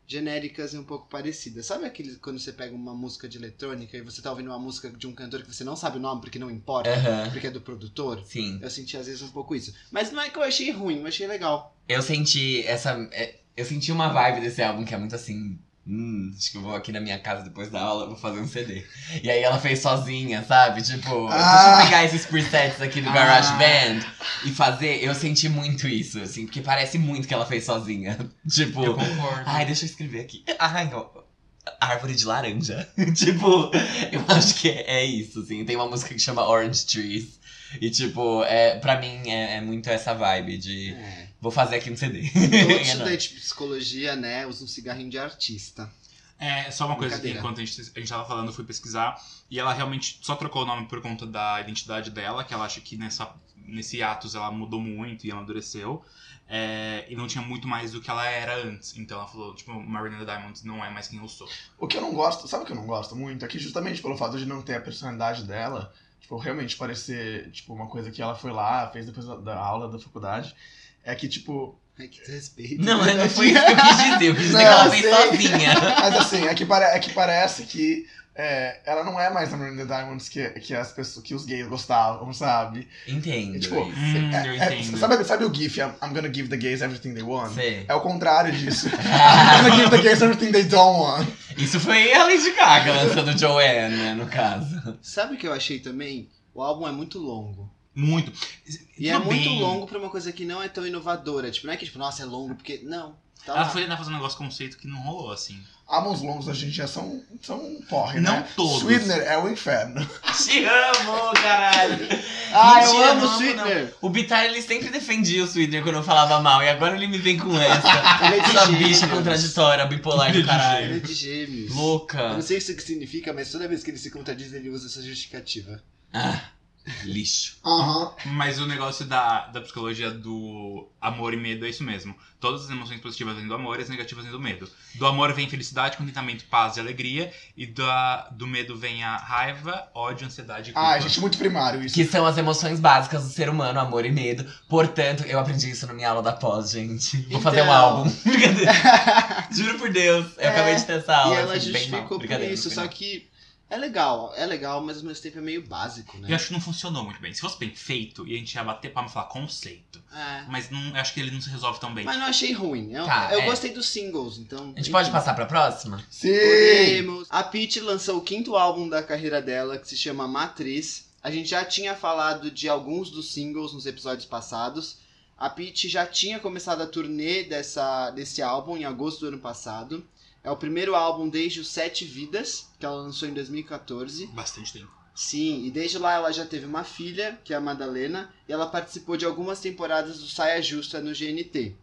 genéricas e um pouco parecidas. Sabe aquele quando você pega uma música de eletrônica e você tá ouvindo uma música de um cantor que você não sabe o nome porque não importa, Aham. porque é do produtor? Sim. Eu senti às vezes um pouco isso. Mas não é que eu achei ruim, eu achei legal. Eu senti essa. é, Eu senti uma vibe desse álbum que é muito assim. Hum, acho que eu vou aqui na minha casa depois da aula, vou fazer um CD. E aí ela fez sozinha, sabe? Tipo, deixa Ah! eu pegar esses presets aqui do Ah! GarageBand e fazer. Eu senti muito isso, assim, porque parece muito que ela fez sozinha. [laughs] Eu Tipo, concordo. ai, deixa eu escrever aqui. Ai, ó, árvore de laranja. [laughs] tipo, eu acho que é, é isso, assim. Tem uma música que chama Orange Trees. E, tipo, é, pra mim é- é muito essa vibe de. É. Vou fazer aqui um CD. Todo [laughs] É, não. estudante de psicologia, né, usa um cigarrinho de artista. É, só uma coisa que Brincadeira. enquanto a gente, a gente tava falando, eu fui pesquisar. E ela realmente só trocou o nome por conta da identidade dela, que ela acha que nessa, nesse atos ela mudou muito e amadureceu. É, e não tinha muito mais do que ela era antes. Então ela falou, tipo, Marina Diamond não é mais quem eu sou. O que eu não gosto, sabe o que eu não gosto muito? É que justamente pelo fato de não ter a personalidade dela, tipo, realmente parecer, tipo, uma coisa que ela foi lá, fez depois da, da aula da faculdade, é que, tipo. [laughs] Ai, que desrespeito. Não, não [laughs] foi [laughs] isso que eu quis dizer. Eu quis dizer que Não, ela fez sei. [laughs] sozinha. Mas assim, é que, pare- é que parece que é, ela não é mais a Miranda Diamonds que, que as pessoas que os gays gostavam, sabe? Entendo. É tipo, isso. Hum, eu É, entendo. sabe, sabe o GIF, I'm, I'm gonna give the gays everything they want? Sei. É o contrário disso. [laughs] I'm gonna give the gays everything they don't want. É. Isso foi a Lady Gaga lançando Joanne, né, no caso. Sabe o que eu achei também? O álbum é muito longo. Muito. E é tá Tudo muito bem. longo pra uma coisa que não é tão inovadora. Tipo, não é que, tipo, nossa, é longo, porque. Não. Ah, Tá Ela lá. foi tentar fazer um negócio conceito que não rolou, assim. Álbuns longos hoje em dia são, são um porre, Não né? todos. Sweetener é o inferno. Te amo, caralho. Ah, eu Mentira, amo não o amo, Sweetener! O Bitar, ele sempre defendia o Sweetener quando eu falava mal. E agora ele me vem com essa. Ele é de Ah, Essa gêmeos. bicha contraditória, bipolar do Ele é caralho. de gêmeos. Eu Louca. não sei isso que significa, mas toda vez que ele se contradiz, ele usa essa justificativa. Ah, lixo. Aham. Mas o negócio da, da psicologia do amor e medo é isso mesmo. Todas as emoções positivas vêm do amor e as negativas vêm do medo. Do amor vem felicidade, contentamento, paz e alegria. E da, do medo vem a raiva, ódio, ansiedade e culpa. Ai, Ah, gente, muito primário isso. Que são as emoções básicas do ser humano, amor e medo. Portanto, eu aprendi isso na minha aula da pós, gente. Vou fazer um Então. álbum. [laughs] Brincadeira. Juro por Deus. Eu É, acabei de ter essa aula. e Ah, eu ela fui bem mal. justificou por Brincadeira, isso, fui só mal. que é legal, é legal, mas ao mesmo tempo é meio básico, né? Eu acho que não funcionou muito bem. Se fosse bem feito, e a gente ia bater palma e falar conceito. É. Mas não, eu acho que ele não se resolve tão bem. Mas não achei ruim. Eu, Tá, eu é. gostei dos singles, então. A gente pode passar pra próxima? Sim! Podemos. A Pete lançou o quinto álbum da carreira dela, que se chama Matriz. A gente já tinha falado de alguns dos singles nos episódios passados. A Pete já tinha começado a turnê dessa, desse álbum em agosto do ano passado. É o primeiro álbum desde os Sete Vidas, que ela lançou em 2014. Bastante tempo. Sim, e desde lá ela já teve uma filha, que é a Madalena, e ela participou de algumas temporadas do Saia Justa no GNT.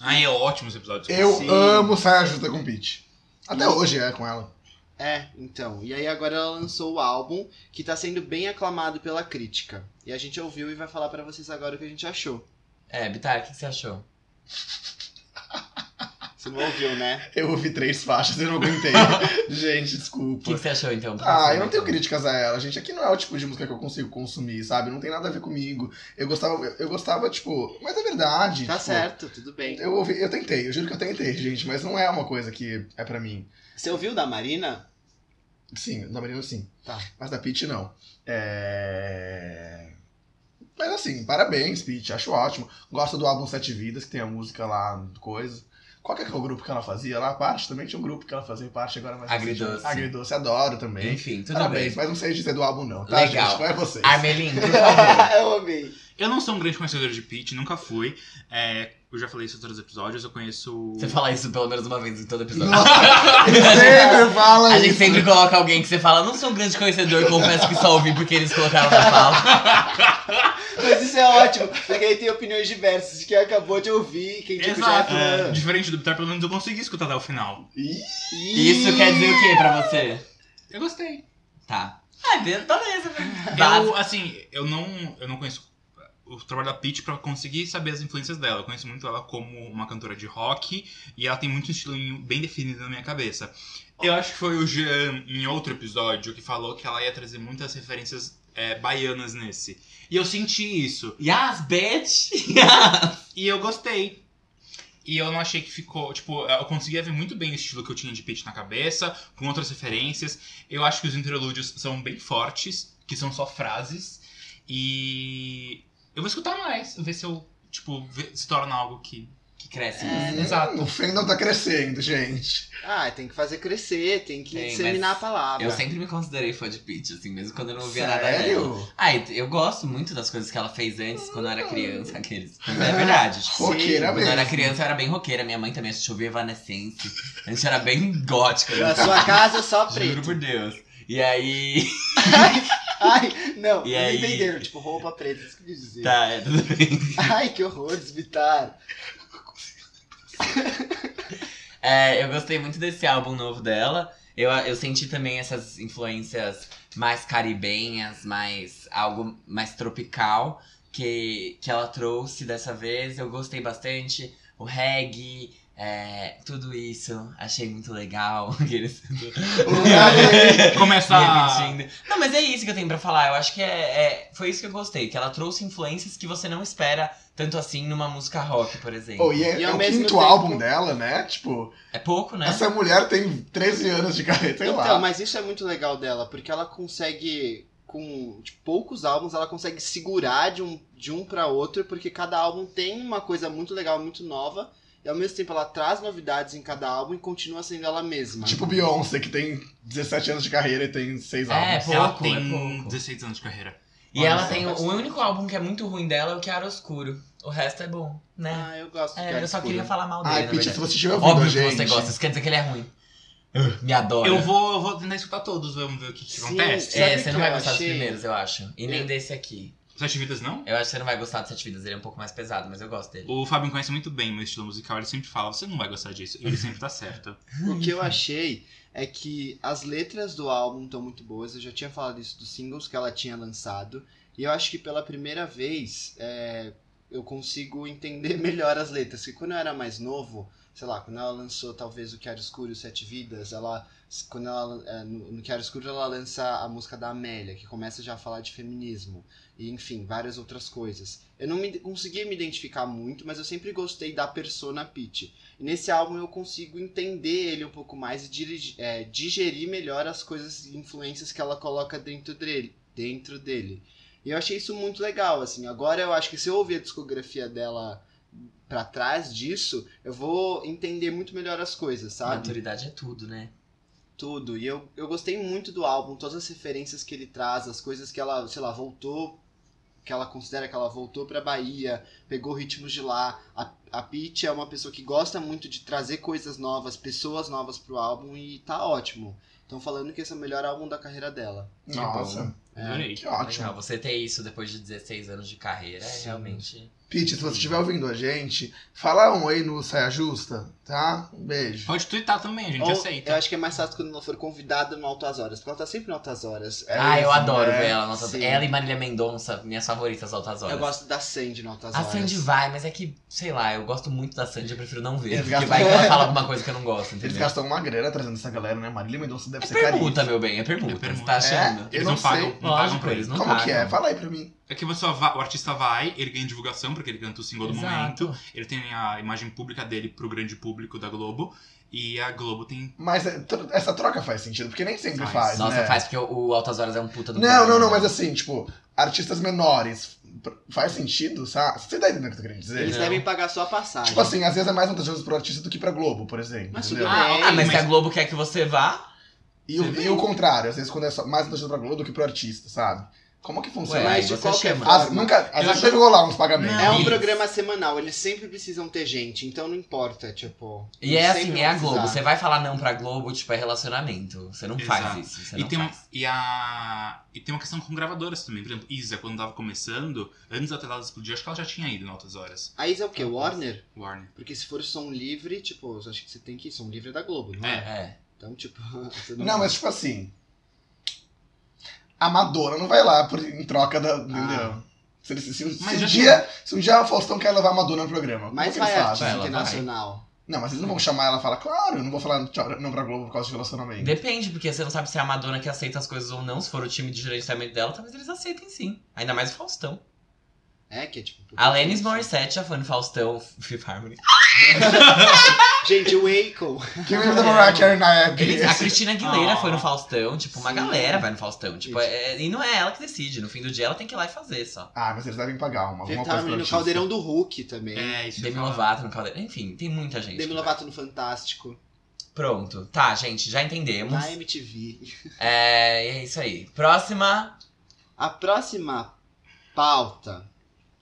Ai, é ótimo esse episódio. Eu Sim. amo saia justa com Pete. Até Sim. hoje é com ela. É, então. E aí agora ela lançou o álbum, que tá sendo bem aclamado pela crítica. E a gente ouviu e vai falar pra vocês agora o que a gente achou. É, Bitar, o que que você achou? Você não ouviu, [laughs] né? Eu ouvi três faixas e não [laughs] aguentei. gente, O que que desculpa. você achou, então? Ah, eu não Próxima, tenho então. críticas a ela, gente. Aqui não é o tipo de música que eu consigo consumir, sabe? Não tem nada a ver comigo. Eu gostava, eu, eu gostava tipo. Mas é verdade. Tá tipo, certo, tudo bem. Eu, ouvi, eu tentei, eu juro que eu tentei, gente, mas não é uma coisa que é pra mim. Você ouviu da [laughs] Marina? Sim, da Marina sim. Tá. Mas da Peach não. É... Mas assim, parabéns, Peach. Acho ótimo. Gosto do álbum Sete Vidas, que tem a música lá, coisa. Qual que é, que é o grupo que ela fazia lá? Parte? Também tinha um grupo que ela fazia parte agora mais recente. Agridoce. Agridoce, adoro também. Enfim, tudo parabéns, bem. mas não sei dizer do álbum não, tá, Legal. gente? Não é vocês. Armelin, por [laughs] favor. eu amei. Eu não sou um grande conhecedor de Pete, nunca fui. É, eu já falei isso em outros episódios, eu conheço. Você fala isso pelo menos uma vez em todo episódio. Nossa, ele sempre fala A isso. gente sempre coloca alguém que você fala, não sou um grande conhecedor, confesso que só ouvi porque eles colocaram na fala. Mas isso é ótimo, porque aí tem opiniões diversas de quem acabou de ouvir, quem tipo já é Exato. É, fã. diferente do Bitar, pelo menos eu consegui escutar até o final. Ih, Isso quer dizer o que pra você? Eu gostei. Tá. Ah, be- beleza. Eu, assim, eu não, eu não conheço o trabalho da Peach pra conseguir saber as influências dela. Eu conheço muito ela como uma cantora de rock e ela tem muito estilo bem definido na minha cabeça. Eu acho que foi o Jean, em outro episódio, que falou que ela ia trazer muitas referências é, baianas nesse. E eu senti isso. Yas, bitch! E eu gostei. E eu não achei que ficou. Tipo, eu conseguia ver muito bem o estilo que eu tinha de Peach na cabeça, com outras referências. Eu acho que os interlúdios são bem fortes, que são só frases. E. Eu vou escutar mais, ver se eu, tipo, ver- se torna algo que. Que cresce. É. [laughs] Exato. o fandom tá crescendo, gente. Ah, tem que fazer crescer, tem que Tem, mas disseminar a palavra. Eu sempre me considerei fã de Peach, assim, mesmo quando eu não ouvia nada dela. Tá. Sério? Ah, e eu gosto muito das coisas que ela fez antes, quando eu era criança, aqueles. Mas é verdade. Tipo, Hum. Roqueira [laughs] quando eu era mesmo. criança, eu era bem roqueira. Minha mãe também assistiu Evanescence. A gente era bem gótica. né? [laughs] Na sua casa é só Juro preto. por Deus. E aí... [laughs] Ai, não, E não aí- entenderam. Tipo, roupa preta, isso que eu quis dizer. Tá, é, tudo bem. Ai, que horror, desbitar. É, eu gostei muito desse álbum novo dela. Eu, eu senti também essas influências mais caribenhas, mais algo mais tropical que, que ela trouxe dessa vez. Eu gostei bastante. O reggae, é, tudo isso. Achei muito legal. [laughs] Aqueles- É, Começa. me a- repetindo. Não, mas é isso que eu tenho pra falar. Eu acho que é, é- foi isso que eu gostei. Que ela trouxe influências que você não espera tanto assim numa música rock, por exemplo. Oh, e é, E ao é o mesmo quinto tempo- álbum dela, né? Tipo, É pouco, né? essa mulher tem 13 anos de carreira, sei Então, lá. mas isso é muito legal dela, porque ela consegue, com tipo, poucos álbuns, ela consegue segurar de um, de um pra outro, porque cada álbum tem uma coisa muito legal, muito nova, e ao mesmo tempo ela traz novidades em cada álbum e continua sendo ela mesma. Tipo Beyoncé, que tem 17 anos de carreira e tem 6 É, álbuns. pô. Ela Pouco, é tem pouco. 16 anos de carreira. E Olha ela só. tem. O único álbum que é muito ruim dela é o Chiaro Oscuro. O resto é bom, né? Ah, eu gosto de é, Chiara eu só Escuro. queria falar mal dele. Ai, na Pete, se né, verdade. você estiver ouvindo a Óbvio gente. que você gosta, isso quer dizer que ele é ruim. Uh, me adora. Eu vou, eu vou tentar escutar todos, vamos ver o que que Sim. acontece. É, Sabe você que não vai eu gostar achei? dos primeiros, eu acho. E nem Eu- desse aqui. Sete vidas não? Eu acho que você não vai gostar do Sete Vidas, ele é um pouco mais pesado, mas eu gosto dele. O Fábio conhece muito bem meu estilo musical, ele sempre fala, você não vai gostar disso. E ele sempre tá certo. O que eu achei é que as letras do álbum estão muito boas. Eu já tinha falado isso dos singles que ela tinha lançado. E eu acho que pela primeira vez é, eu consigo entender [laughs] melhor as letras. Porque quando eu era mais novo, sei lá, quando ela lançou talvez o Chiaro Escuro e o Sete Vidas, ela. Quando ela, é, no no Chiaro Escuro ela lança a música da Amélia, que começa já a falar de feminismo. E enfim, várias outras coisas. Eu não me, conseguia me identificar muito, mas eu sempre gostei da persona Peach. E nesse álbum eu consigo entender ele um pouco mais e dirigi- é, digerir melhor as coisas e influências que ela coloca dentro dele. Dentro dele. E eu achei isso muito legal, assim. Agora eu acho que se eu ouvir a discografia dela pra trás disso, eu vou entender muito melhor as coisas, sabe? Maturidade é tudo, né? tudo. E eu, eu gostei muito do álbum, todas as referências que ele traz, as coisas que ela, sei lá, voltou, que ela considera que ela voltou pra Bahia, pegou ritmos de lá. A, a Peach é uma pessoa que gosta muito de trazer coisas novas, pessoas novas pro álbum e tá ótimo. Estão falando que esse é o melhor álbum da carreira dela. Nossa, É. Adorei. que ótimo. Legal, você ter isso depois de 16 anos de carreira é Sim. realmente. Pete, se você estiver ouvindo a gente, fala um oi no Saia Justa, tá? Um beijo. Pode twittar também, a gente Ou, aceita. eu acho que é mais fácil quando ela for convidada no Altas Horas, porque ela tá sempre no Altas Horas. É ah, eu isso, adoro né? ver ela. Nossa, Sim. ela e Marília Mendonça, minhas favoritas altas horas. Eu gosto da Sandy no Altas A Horas. Sandy vai, mas é que, sei lá, eu gosto muito da Sandy, eu prefiro não ver. Eles Porque gastam- vai que ela fala alguma coisa que eu não gosto, Eles entendeu? gastam uma grana trazendo essa galera, né? Marília Mendonça né? deve É ser permuta, caríssima. meu bem, é permuta. É permuta. Você tá achando? É, eu Eles não não, pagam, sei. não pagam Lógico, pra eles eles. não Como pagam. que é? Fala aí pra mim. É que a pessoa vai- o artista vai, ele ganha divulgação, porque ele canta o single do Exato. momento, ele tem a imagem pública dele pro grande público da Globo, e a Globo tem. Mas é, to- essa troca faz sentido, porque nem sempre Faz. faz, Nossa, né? faz porque o o Altas Horas é um puta do Não, não, programa, não, né? mas assim, tipo, artistas menores, pr- faz sentido, sabe? Você tá entendendo o que eu tô querendo dizer? Eles Não. devem pagar só a passagem. Tipo assim, às vezes é mais vantajoso pro artista do que pra Globo, por exemplo, Mas entendeu? tudo bem. Ah, ah, mas Mas- é se a Globo quer que você vá. E, o, Você e o contrário, às vezes quando é só mais vantajoso pra Globo do que pro artista, sabe? Como que funciona? Ué, mas aí de é, você qualquer chama. As- forma. nunca, às Eu vezes acho- chegou lá uns pagamentos. Não. É um Isso. programa semanal, eles sempre precisam ter gente, então não importa, tipo. E é sempre assim, vão é a precisar. Globo. Você vai falar não pra Globo, tipo, é relacionamento. Você não faz Exato. isso. Você E não tem, um- uma, faz. e, a, e tem uma questão com gravadoras também. Por exemplo, Isa, quando tava começando, antes da tela explodir, acho que ela já tinha ido em altas horas. A Isa é o quê? Warner? Warner. Porque se for som livre, tipo, eu acho que você tem que ir. Som livre é da Globo, não é? É. Então, tipo. [laughs] você Não, mas tipo assim. A Madonna não vai lá por- em troca da. Entendeu? Se, ele- se- se- se Ah. Mas um já dia, se um dia o Faustão quer levar a Madonna no programa, como Mas que eles vai fazem? É. artista Vai, É, ela internacional. Não, mas eles não vão chamar ela e falar, claro, eu não vou falar tchau- não pra Globo por causa de relacionamento. É. Depende, porque você não sabe se é a Madonna que aceita as coisas ou não. Se for o time de gerenciamento dela, talvez eles aceitem sim. Ainda mais o Faustão. É, que é tipo. A Alanis Morissette já foi no Faustão [laughs] Fifth Harmony. [laughs] Gente, o Akon. Que o da Mariah Carey na época. Eles- a Cristina Aguilera Ah. foi no Faustão, tipo, uma Sim. galera vai no Faustão. Tipo, é- é- e não é ela que decide. No fim do dia ela tem que ir lá e fazer só. Ah, mas eles devem pagar uma, alguma Fifth coisa pro Harmony tá no artista. Caldeirão do Hulk também. É, isso Demi eu ia falar. Lovato no caldeirão. Enfim, tem muita gente. é. Demi Lovato no Fantástico. Pronto. Tá, gente, já entendemos. Na MTV. É, e é isso aí. Próxima. A próxima pauta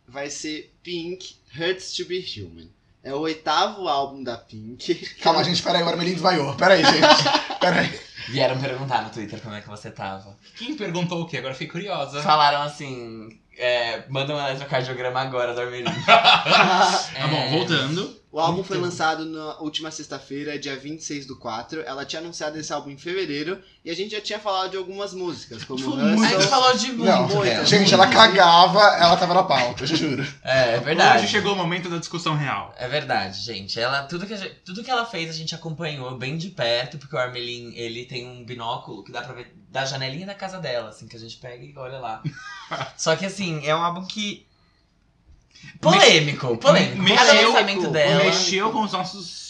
vai ser Pink Hurts to Be Human. É o oitavo álbum da Pink. [laughs] Calma, gente, peraí, o Armelinho desmaiou. Peraí, gente. Peraí. Vieram perguntar no Twitter como é que você tava. Quem perguntou o quê? Agora fiquei curiosa. Falaram assim. É, manda um eletrocardiograma agora do Armelinho. Tá É, bom, voltando. [laughs] O álbum foi Então. lançado na última sexta-feira, dia 26 do 4. Ela tinha anunciado esse álbum em fevereiro e a gente já tinha falado de algumas músicas, como Tipo, Hustle. A gente falou de muito Não, dela. Gente, ela cagava, ela tava na pauta, eu juro. É, é verdade. Hoje chegou o momento da discussão real. É verdade, gente. Ela, tudo, que a gente- tudo que ela fez, a gente acompanhou bem de perto, porque o Armelin, ele tem um binóculo que dá pra ver da janelinha da casa dela, assim, que a gente pega e olha [laughs] lá. Só que, assim, é um álbum que... Polêmico, polêmico. Me- Cada mexeu- lançamento dela... Mexeu com os nossos.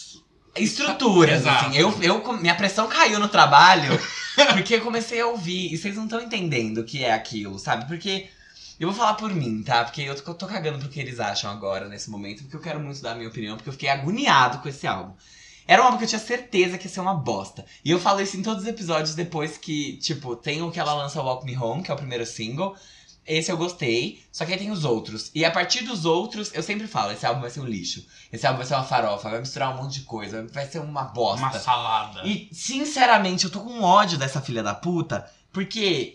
Estruturas, Exato. assim. Eu, eu, com- minha pressão caiu no trabalho, porque eu comecei a ouvir. E vocês não estão entendendo o que é aquilo, sabe? Porque... Eu vou falar por mim, tá? Porque eu tô, tô cagando pro que eles acham agora, nesse momento. Porque eu quero muito dar a minha opinião, porque eu fiquei agoniado com esse álbum. Era um álbum que eu tinha certeza que ia ser uma bosta. E eu falo isso em todos os episódios depois que, tipo, tem o que ela lança Walk Me Home, que é o primeiro single. Esse eu gostei, só que aí tem os outros. E a partir dos outros, eu sempre falo: esse álbum vai ser um lixo. Esse álbum vai ser uma farofa, vai misturar um monte de coisa, vai ser uma bosta. Uma salada. E, sinceramente, eu tô com ódio dessa filha da puta, porque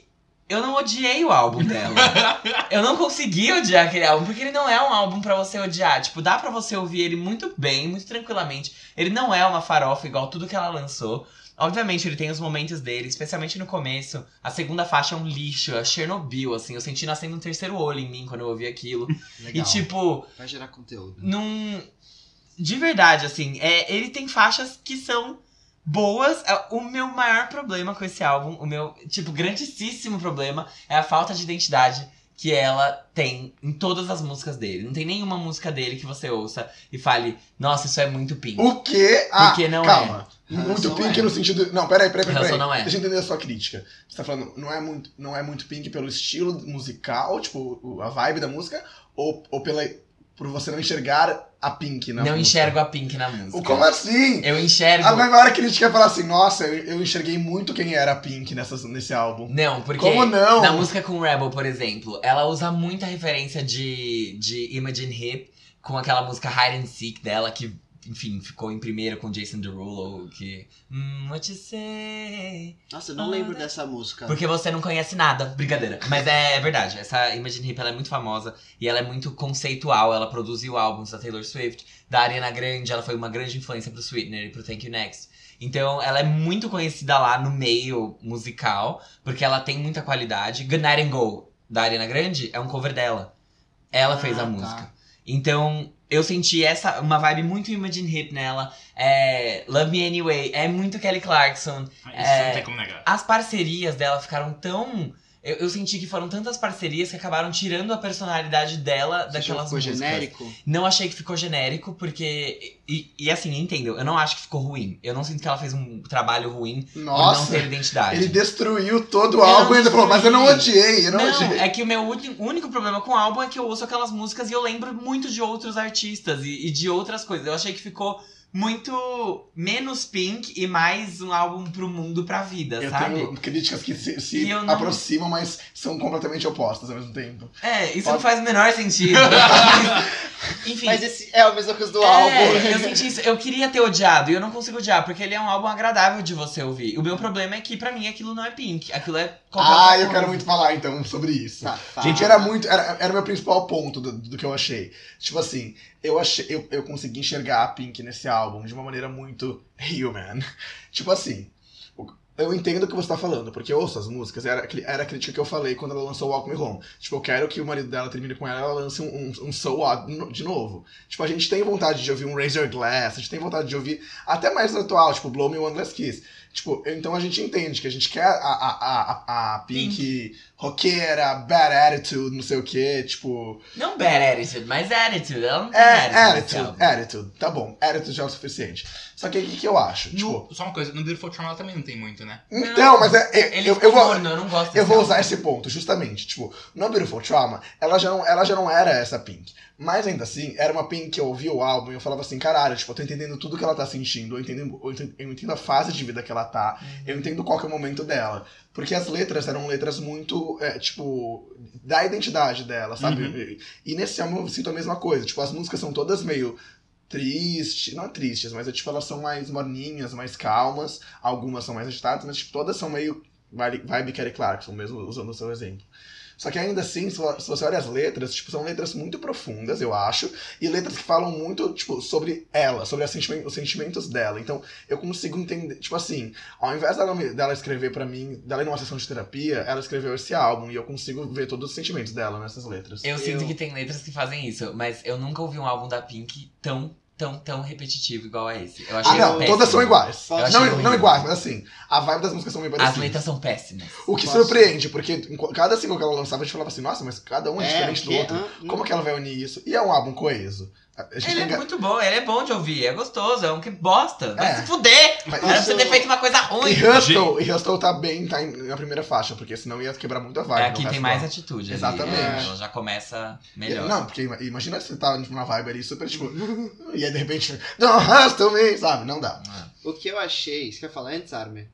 eu não odiei o álbum dela. eu não consegui odiar aquele álbum, porque ele não é um álbum pra você odiar. Tipo, dá pra você ouvir ele muito bem, muito tranquilamente. Ele não é uma farofa igual tudo que ela lançou. Obviamente, ele tem os momentos dele, especialmente no começo. A segunda faixa é um lixo, é Chernobyl, assim. Eu senti nascendo um terceiro olho em mim quando eu ouvi aquilo. E, Legal. tipo, Vai gerar conteúdo. num. De verdade, assim, é, ele tem faixas que são boas. É, O meu maior problema com esse álbum, o meu, tipo, grandíssimo problema, é a falta de identidade que ela tem em todas as músicas dele. Não tem nenhuma música dele que você ouça e fale, nossa, isso é muito pink. O quê? Ah, Porque não calma. é. Muito Hanson pink é. no sentido. Não, peraí, peraí, peraí. Hanson peraí. não é. Deixa eu entender a sua crítica. Você tá falando, não é muito, não é muito pink pelo estilo musical, tipo, o- a vibe da música, ou, ou pela, por você não enxergar a pink na Não música? enxergo a pink na música. O- Como assim? Eu enxergo. A minha maior crítica é falar assim, nossa, eu, eu enxerguei muito quem era a Pink nessas, nesse álbum. Não, porque. Como não? Na música com Rebel, por exemplo, ela usa muita referência de, de Imagine Hip com aquela música Hide and Seek dela, que, enfim, ficou em primeiro com Jason Derulo, que... Hum, what you say? Nossa, eu não lembro dessa música. Porque você não conhece nada, brincadeira. Mas é, verdade, essa Imagine Hip, ela é muito famosa e ela é muito conceitual. Ela produziu álbuns da Taylor Swift, da Ariana Grande, ela foi uma grande influência pro Sweetener e pro Thank You Next. Então, ela é muito conhecida lá no meio musical, porque ela tem muita qualidade. Good Night and Go, da Ariana Grande, é um cover dela. Ela Ah, fez a tá. música. Então, eu senti essa uma vibe muito Imagine Hip nela. É, Love Me Anyway, é muito Kelly Clarkson. Isso É. não tem como negar. As parcerias dela ficaram tão... Eu, eu senti que foram tantas parcerias que acabaram tirando a personalidade dela Você achou que daquelas ficou músicas. genérico? Não achei que ficou genérico, porque. E, e assim, entendam, eu não acho que ficou ruim. Eu não sinto que ela fez um trabalho ruim por não Nossa, ter identidade. ele destruiu todo o Eu não álbum e ainda falou, mas eu não destruí. odiei, eu não, odiei. é que o meu ulti- único problema com o álbum é que eu ouço aquelas músicas e eu lembro muito de outros artistas e, e de outras coisas. Eu achei que ficou muito menos pink e mais um álbum pro mundo, pra vida, Eu sabe? tenho críticas que se, se E eu não- aproximam, mas são completamente opostas ao mesmo tempo. É, isso Ó- não faz o menor [laughs] sentido. Enfim. Mas esse é a mesma coisa do né? É, eu álbum. senti isso. Eu queria ter odiado e eu não consigo odiar, porque ele é um álbum agradável de você ouvir. O meu problema é que, pra mim, aquilo não é pink. Aquilo é qualquer Ah, outra eu coisa. quero muito falar então sobre isso. Tá, tá. Gente, era muito. Era, era o meu principal ponto do, do que eu achei. Tipo assim, eu achei. Eu, eu consegui enxergar a Pink nesse álbum de uma maneira muito human. [laughs] Tipo assim. o- Eu entendo o que você tá falando, porque eu ouço as músicas, era, aquele- era a crítica que eu falei quando ela lançou Walk Me Home. Tipo, eu quero que o marido dela termine com ela e ela lance um, um, um So What no- de novo. Tipo, a gente tem vontade de ouvir um Razor Glass, a gente tem vontade de ouvir até mais atual, tipo, Blow Me One Last Kiss. Tipo, então a gente entende que a gente quer a, a, a, a Pink, roqueira, bad attitude, não sei o que, tipo. Não bad attitude, mas attitude. Ela não tem É, nesse álbum. attitude, attitude, tá bom, attitude já é o suficiente. Só que aí, o que, que eu acho? Tipo, No- só uma coisa, no Beautiful Charm ela também não tem muito, né? então, mas é. é, Ele eu, ficou eu vou, morno, eu não gosto eu desse vou álbum. usar esse ponto, justamente. Tipo, no Beautiful Trauma, ela já, não, ela já não era essa Pink. Mas ainda assim, era uma Pink que eu ouvia o álbum e eu falava assim, caralho, tipo, eu tô entendendo tudo que ela tá sentindo, eu entendo, eu entendo, eu entendo a fase de vida que ela tá, eu entendo qual que é o momento dela. Porque as letras eram letras muito, é, tipo, da identidade dela, sabe? Uhum. E, e nesse álbum eu sinto a mesma coisa. Tipo, as músicas são todas meio tristes, não é tristes, mas é tipo, elas são mais morninhas, mais calmas, algumas são mais agitadas, mas tipo, todas são meio vibe vibe Kelly Clarkson, mesmo usando o seu exemplo. Só que ainda assim, se vo- se você olha as letras, tipo, são letras muito profundas, eu acho, e letras que falam muito, tipo, sobre ela, sobre as sentimen- os sentimentos dela. Então, eu consigo entender, tipo assim, ao invés dela, me- dela escrever pra mim, dela ir numa sessão de terapia, ela escreveu esse álbum e eu consigo ver todos os sentimentos dela nessas letras. Eu sinto Eu- que tem letras que fazem isso, mas eu nunca ouvi um álbum da Pink tão, tão, tão repetitivo igual a esse. Eu achei Ah, não, péssimo. todas são iguais. assim. Eu achei Não, não horrível. iguais, mas assim, a vibe das músicas são meio As parecidas. letras são péssimas. O que Posso- surpreende, porque em co- cada single que ela lançava, a gente falava assim, nossa, mas cada um é, diferente do porque- outro. hum, Como que ela vai unir isso? E é um álbum coeso. A a gente Ele tem que- é muito bom, ele é bom de ouvir, é gostoso, é um que bosta. Vai É. se fuder! mas- Era pra você Isso- ter feito uma coisa E ruim. [laughs] Hustle, e Hustle tá bem, tá em- na primeira faixa, porque senão ia quebrar muito a vibe. É, no aqui tem resto mais do atitude. ali. Exatamente. É, Ela já começa melhor. álbum. Não, porque ima- imagina se você tá tipo, numa vibe ali super tipo. e aí de repente. [laughs] Não, Hustle me, sabe? Não dá. O que eu achei. Você quer falar antes, Armin?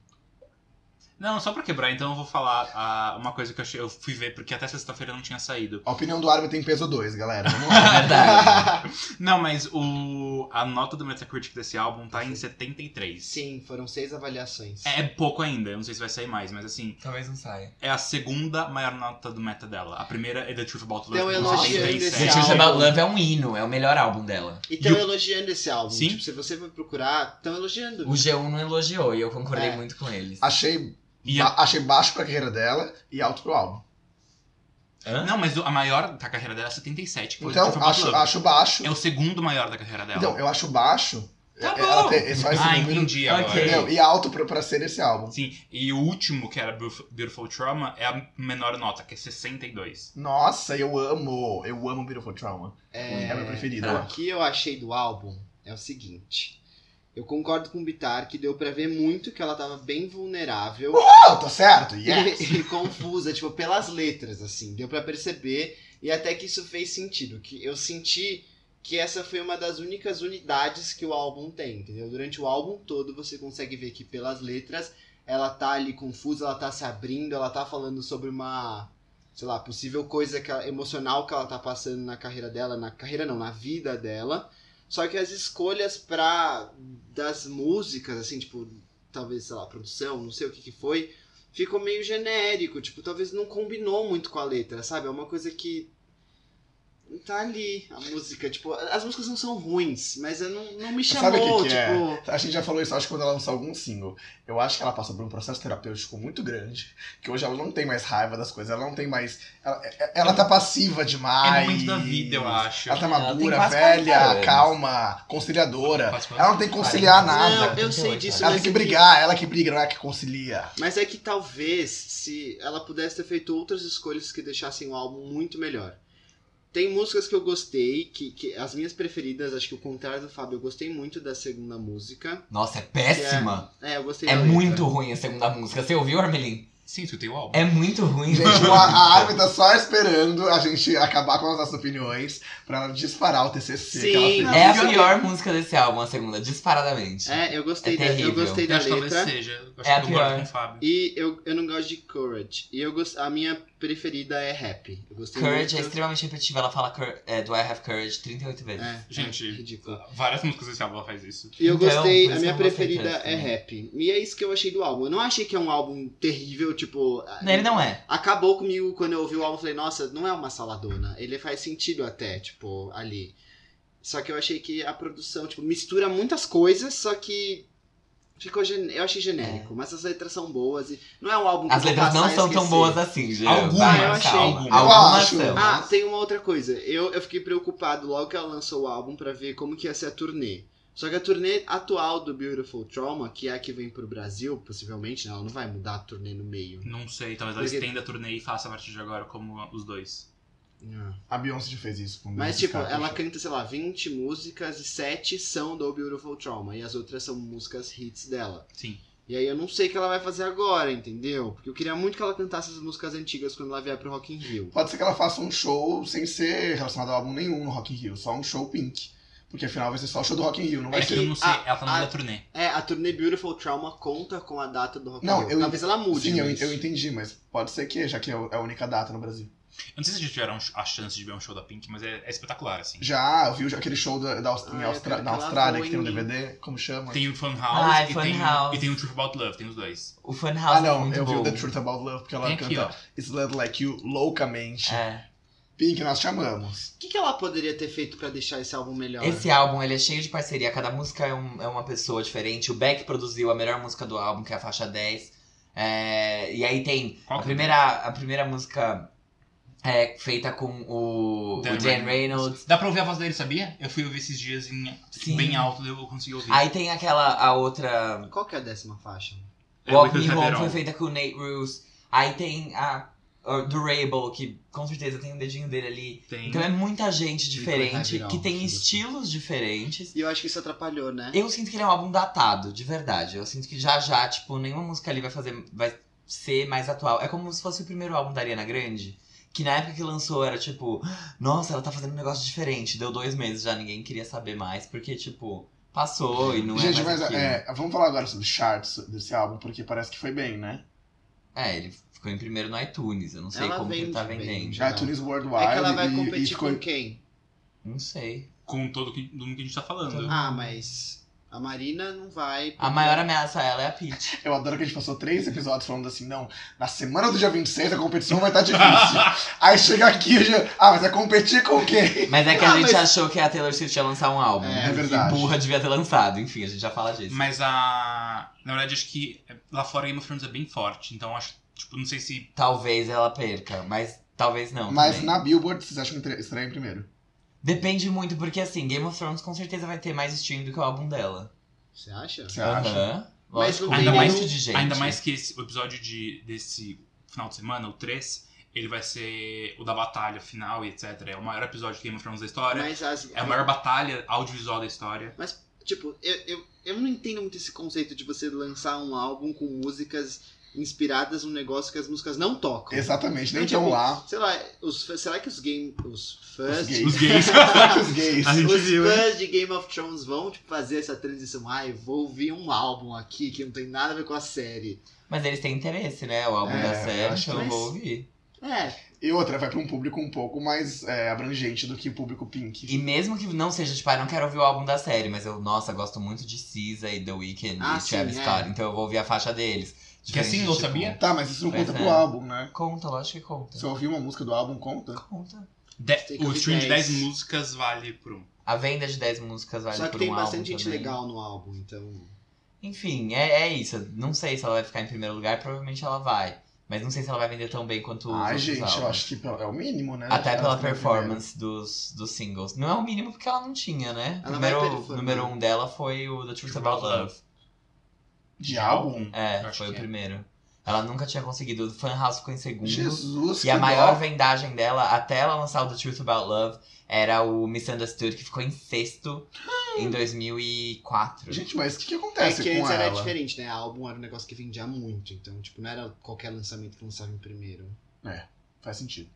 Não, só pra quebrar, então eu vou falar ah, uma coisa que eu, achei- eu fui ver, porque até sexta-feira não tinha saído. A opinião do árbitro tem peso 2, [laughs] galera. Vamos É Verdade. lá. Não, mas o, a nota do Metacritic desse álbum tá em 73. Sim, foram seis avaliações. É pouco ainda, eu não sei se vai sair mais, mas assim, Talvez não saia. é a segunda maior nota do meta dela. A primeira é The Truth About Love, Então, com elogiando 77. esse Gente, álbum. o About Love é um hino, é o melhor álbum dela. E estão E o- elogiando esse álbum. Sim. Tipo, se você for procurar, estão elogiando. O G1 não elogiou e eu concordei É. muito com eles. Achei, E ba- achei baixo pra carreira dela e alto pro álbum. Hã? Não, mas a maior da carreira dela é 77. que foi The Então, Truth About acho, Love. acho baixo. É o segundo maior da carreira dela. Então, eu acho baixo. Tá É- ela bom. tem- é só esse ah, número. entendi agora. Ok. Entendeu? E alto pra, pra ser esse álbum. Sim, e o último, que era Beautiful- Beautiful Trauma, é a menor nota, que é 62. Nossa, eu amo. Eu amo Beautiful Trauma. É, É... meu preferido. Ah. eu O acho. que eu achei do álbum é o seguinte. Eu concordo com o Bitar que deu pra ver muito que ela tava bem vulnerável. Ah, eu tô certo. Yes. e, e confusa, tipo, pelas letras, assim, deu pra perceber e até que isso fez sentido, que eu senti que essa foi uma das únicas unidades que o álbum tem, entendeu? Durante o álbum todo você consegue ver que pelas letras ela tá ali confusa, ela tá se abrindo, ela tá falando sobre uma, sei lá, possível coisa que ela- emocional que ela tá passando na carreira dela, na carreira não, na vida dela. Só que as escolhas pra das músicas, assim, tipo, talvez, sei lá, produção, não sei o que que foi, ficou meio genérico, tipo, talvez não combinou muito com a letra, sabe? É uma coisa que tá ali a música, tipo, as músicas não são ruins, mas eu não, não me chamou, Sabe o que que é? tipo, A gente já falou isso, acho que quando ela lançou algum single. Eu acho que ela passou por um processo terapêutico muito grande. Que hoje ela não tem mais raiva das coisas, ela não tem mais. Ela, é- ela tá passiva demais. É momento da vida, eu acho. Ela tá Ela tem madura, quase 40 velha, anos. calma, conciliadora. Quase quase tá- Ela não tem que conciliar 40. nada. Não, eu sei 38, disso, né? Ela mas tem que é brigar, ela que briga, não é que [laughs] concilia. Mas é que talvez se ela pudesse ter feito outras escolhas que deixassem o álbum muito melhor. Tem músicas que eu gostei, que, que as minhas preferidas, acho que o contrário do Fábio, eu gostei muito da segunda música. Nossa, é péssima. É, eu gostei É, da letra. muito ruim a segunda música. Você ouviu, Armelin? Sim, tu tem o álbum. É muito ruim. Gente, a, a Armin tá só esperando a gente acabar com as nossas opiniões pra ela disparar o TCC que Sim. ela fez. [laughs] É a pior que- pior música desse álbum, a segunda, disparadamente. É, eu gostei É da, eu terrível. gostei Eu da acho que talvez letra. seja. Eu acho É que a eu concordo pior. com o Fábio. E eu, eu não gosto de Courage. E eu gost... a minha preferida é Happy. Eu gostei Courage é muito. extremamente repetitiva. Ela fala cur- é, Do I Have Courage 38 vezes. é, Gente, é ridículo. Várias músicas desse álbum ela faz isso. E eu Então, gostei, por a isso minha eu não gostei né? preferida tanto é também. Happy. E é isso que eu achei do álbum. Eu não achei que é um álbum terrível, tipo. Não, Ele não é. Acabou comigo quando eu ouvi o álbum. eu Falei, nossa, não é uma saladona. Ele faz sentido até, tipo, ali. Só que eu achei que a produção, tipo, mistura muitas coisas, só que. Ficou gen... Eu achei genérico, mas as letras são boas. E... Não é um álbum que É. As eu vou letras não passar e são tão esquecer. boas assim, gente. Algumas, Vai, eu achei. calma. Algumas. Algumas Eu são. acho. Ah, tem uma outra coisa. Eu, eu fiquei preocupado logo que ela lançou o álbum pra ver como que ia ser a turnê. Só que a turnê atual do Beautiful Trauma, que é a que vem pro Brasil, possivelmente, né, ela não vai mudar a turnê no meio. Não sei, talvez ela Porque- estenda a turnê e faça a partir de agora como os dois. Ah. A Beyoncé já fez isso com Mas, esses tipo, caras, ela gente. canta, sei lá, 20 músicas e 7 são do Beautiful Trauma. E as outras são músicas hits dela. Sim. E aí eu não sei o que ela vai fazer agora, entendeu? Porque eu queria muito que ela cantasse as músicas antigas quando ela vier pro Rock in Rio. Pode ser que ela faça um show sem ser relacionado a álbum nenhum no Rock in Rio, só um show pink. Porque afinal vai ser só o show do Rock in Rio, não vai É que ser. eu não sei, a- ela tá na a- meio da turnê. É, a turnê Beautiful Trauma conta com a data do Rock Não, in Rio. eu- Talvez ela mude. Sim, eu, mas- eu entendi, mas pode ser que, já que é o- é a única data no Brasil. Eu não sei se já tiveram a chance de ver um show da Pink, mas é, é espetacular, assim. Já viu aquele show da, da Aust- Ah, em eu Austra- quero na que ela Austrália voe que tem um em mim. DVD? Como chama? Tem o Fun House, Ah, e, Fun tem, House. e tem o Truth About Love, tem os dois. O Funhouse Ah, é não, muito eu vi bom. o The Truth About Love, porque ela Tem aqui, canta ó. It's Love Like You loucamente. É. Pink, nós te amamos. O que, que ela poderia ter feito pra deixar esse álbum melhor? Esse álbum, ele é cheio de parceria. Cada música é, um- é uma pessoa diferente. O Beck produziu a melhor música do álbum, que é a faixa 10. É, e aí tem Qual a, que é? primeira, a primeira música é feita com o o Dan Dan, Reynolds. Reynolds. Dá pra ouvir a voz dele, sabia? Eu fui ouvir esses dias em Sim. bem alto, eu consegui ouvir. Aí tem aquela, a outra... Qual que é a décima faixa? É, Walk Because Me After Home All. foi feita com o Nate Rules. Aí tem a a Durable, que com certeza tem o dedinho dele ali. Tem. Então é muita gente diferente, virar um que tem filho. estilos diferentes. E eu acho que isso atrapalhou, né? Eu sinto que ele é um álbum datado, de verdade. Eu sinto que já já, tipo, nenhuma música ali vai fazer. vai ser mais atual. É como se fosse o primeiro álbum da Ariana Grande. Que na época que lançou era tipo, nossa, ela tá fazendo um negócio diferente. Deu dois meses já, ninguém queria saber mais, porque, tipo, passou e não Gente, é mais mas aquilo. é, vamos falar agora sobre charts desse álbum, porque parece que foi bem, né? É, ele ficou em primeiro no iTunes. Eu não sei Ela como que ele vende tá bem. vendendo. Já- Já. iTunes Worldwide. É que ela vai e- competir e ficou- com quem? Não sei. Com todo que, do mundo que a gente tá falando. Ah, mas a Marina não vai. A maior ameaça a ela é a Peach. Eu adoro que a gente passou três episódios falando assim, não, na semana do dia 26 a competição vai estar Então, [laughs] [laughs] difícil. Aí chega aqui, já... ah, mas vai competir com quem? Mas é que a Ah, gente mas- achou que a Taylor Swift ia lançar um álbum. É, é verdade. E burra devia ter lançado. Enfim, a gente já fala disso. Mas a. Na verdade, acho que lá fora Game of Thrones é bem forte. Então acho. Tipo, não sei se. Talvez ela perca, mas talvez não. Mas também. na Billboard vocês acham que estará em primeiro. Depende muito, porque assim, Game of Thrones com certeza vai ter mais stream do que o álbum dela. Você acha? Você acha? Aham. Mas Lógico, não um tem monte nenhum- de gente. Ainda mais que esse, o episódio de, desse final de semana, o 3, ele vai ser o da batalha final e etc. É o maior episódio de Game of Thrones da história. Mas as. É a maior batalha audiovisual da história. Tipo, eu, eu, eu não entendo muito esse conceito de você lançar um álbum com músicas inspiradas num negócio que as músicas não tocam. Exatamente, nem Então, tipo, estão [laughs] lá. Sei lá, os, fã- será que os game. Os fãs. Os de- [laughs] gays. Os [laughs] gays. Os gays. A gente os viu, hein? fãs de Game of Thrones vão tipo, fazer essa transição. Ai, vou ouvir um álbum aqui que não tem nada a ver com a série. Mas eles têm interesse, né? O álbum É, da eu série, acho que então eu mas- vou ouvir. É, E outra, vai pra um público um pouco mais é, abrangente do que o público pink. E mesmo que não seja, tipo, ah, não quero ouvir o álbum da série, mas eu, nossa, gosto muito de SZA e The Weeknd Ah, e sim, Travis é. Scott, então eu vou ouvir a faixa deles. Que é Diferente de, single, tipo, sabia? Tá, mas isso não Pois conta é. pro álbum, né? Conta, lógico que conta. Se eu ouvir uma música do álbum, conta. Conta. De- Tem que o ouvir stream de 10 dez. músicas vale por um. A venda de 10 músicas vale só que por tem um álbum bastante gente também. legal no álbum, então. Enfim, é, é isso. Não sei se ela vai ficar em primeiro lugar, provavelmente ela vai. Mas não sei se ela vai vender tão bem quanto os Ai, outros gente, eu álbuns. acho que pelo- é o mínimo, né? Até Elas pela tão em performance dos, dos singles. Não é o mínimo porque ela não tinha, né? Ela vai número, performar. número um dela foi o The Truth About Love. primeiro. De álbum? É, Eu acho foi o que é. primeiro. Ela nunca tinha conseguido. O Fan House ficou em segundo. Jesus, E a que maior dó. vendagem dela, até ela lançar o The Truth About Love, era o Misunderstood, que ficou em sexto em 2004. Gente, mas o que, que É acontece que com antes ela? era diferente, né? Álbum era um negócio que vendia muito, então, tipo, não era qualquer lançamento que lançava em primeiro. Faz sentido.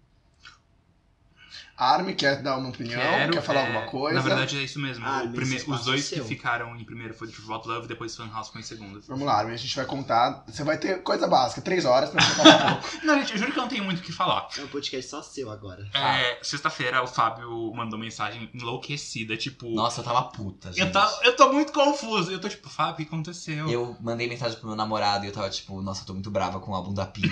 A Armin quer dar uma opinião, quer falar é, alguma coisa. Na verdade é isso mesmo. Ah, O nesse prime- espaço os dois seu. que ficaram em primeiro foi True About Love, depois Fan House foi em segundo. Vamos lá, Armin, a gente vai contar. Você vai ter coisa básica, três horas pra você falar um [laughs] pouco. Não, gente, eu juro que eu não tenho muito o que falar. É um podcast só seu agora. Tá. É, Sexta-feira o Fábio mandou mensagem enlouquecida, tipo. Nossa, eu tava puta, gente. eu, tá, eu tô muito confuso. Eu tô tipo, Fábio, o que aconteceu? Eu mandei mensagem pro meu namorado e eu tava tipo, nossa, eu tô muito brava com o álbum da Pink.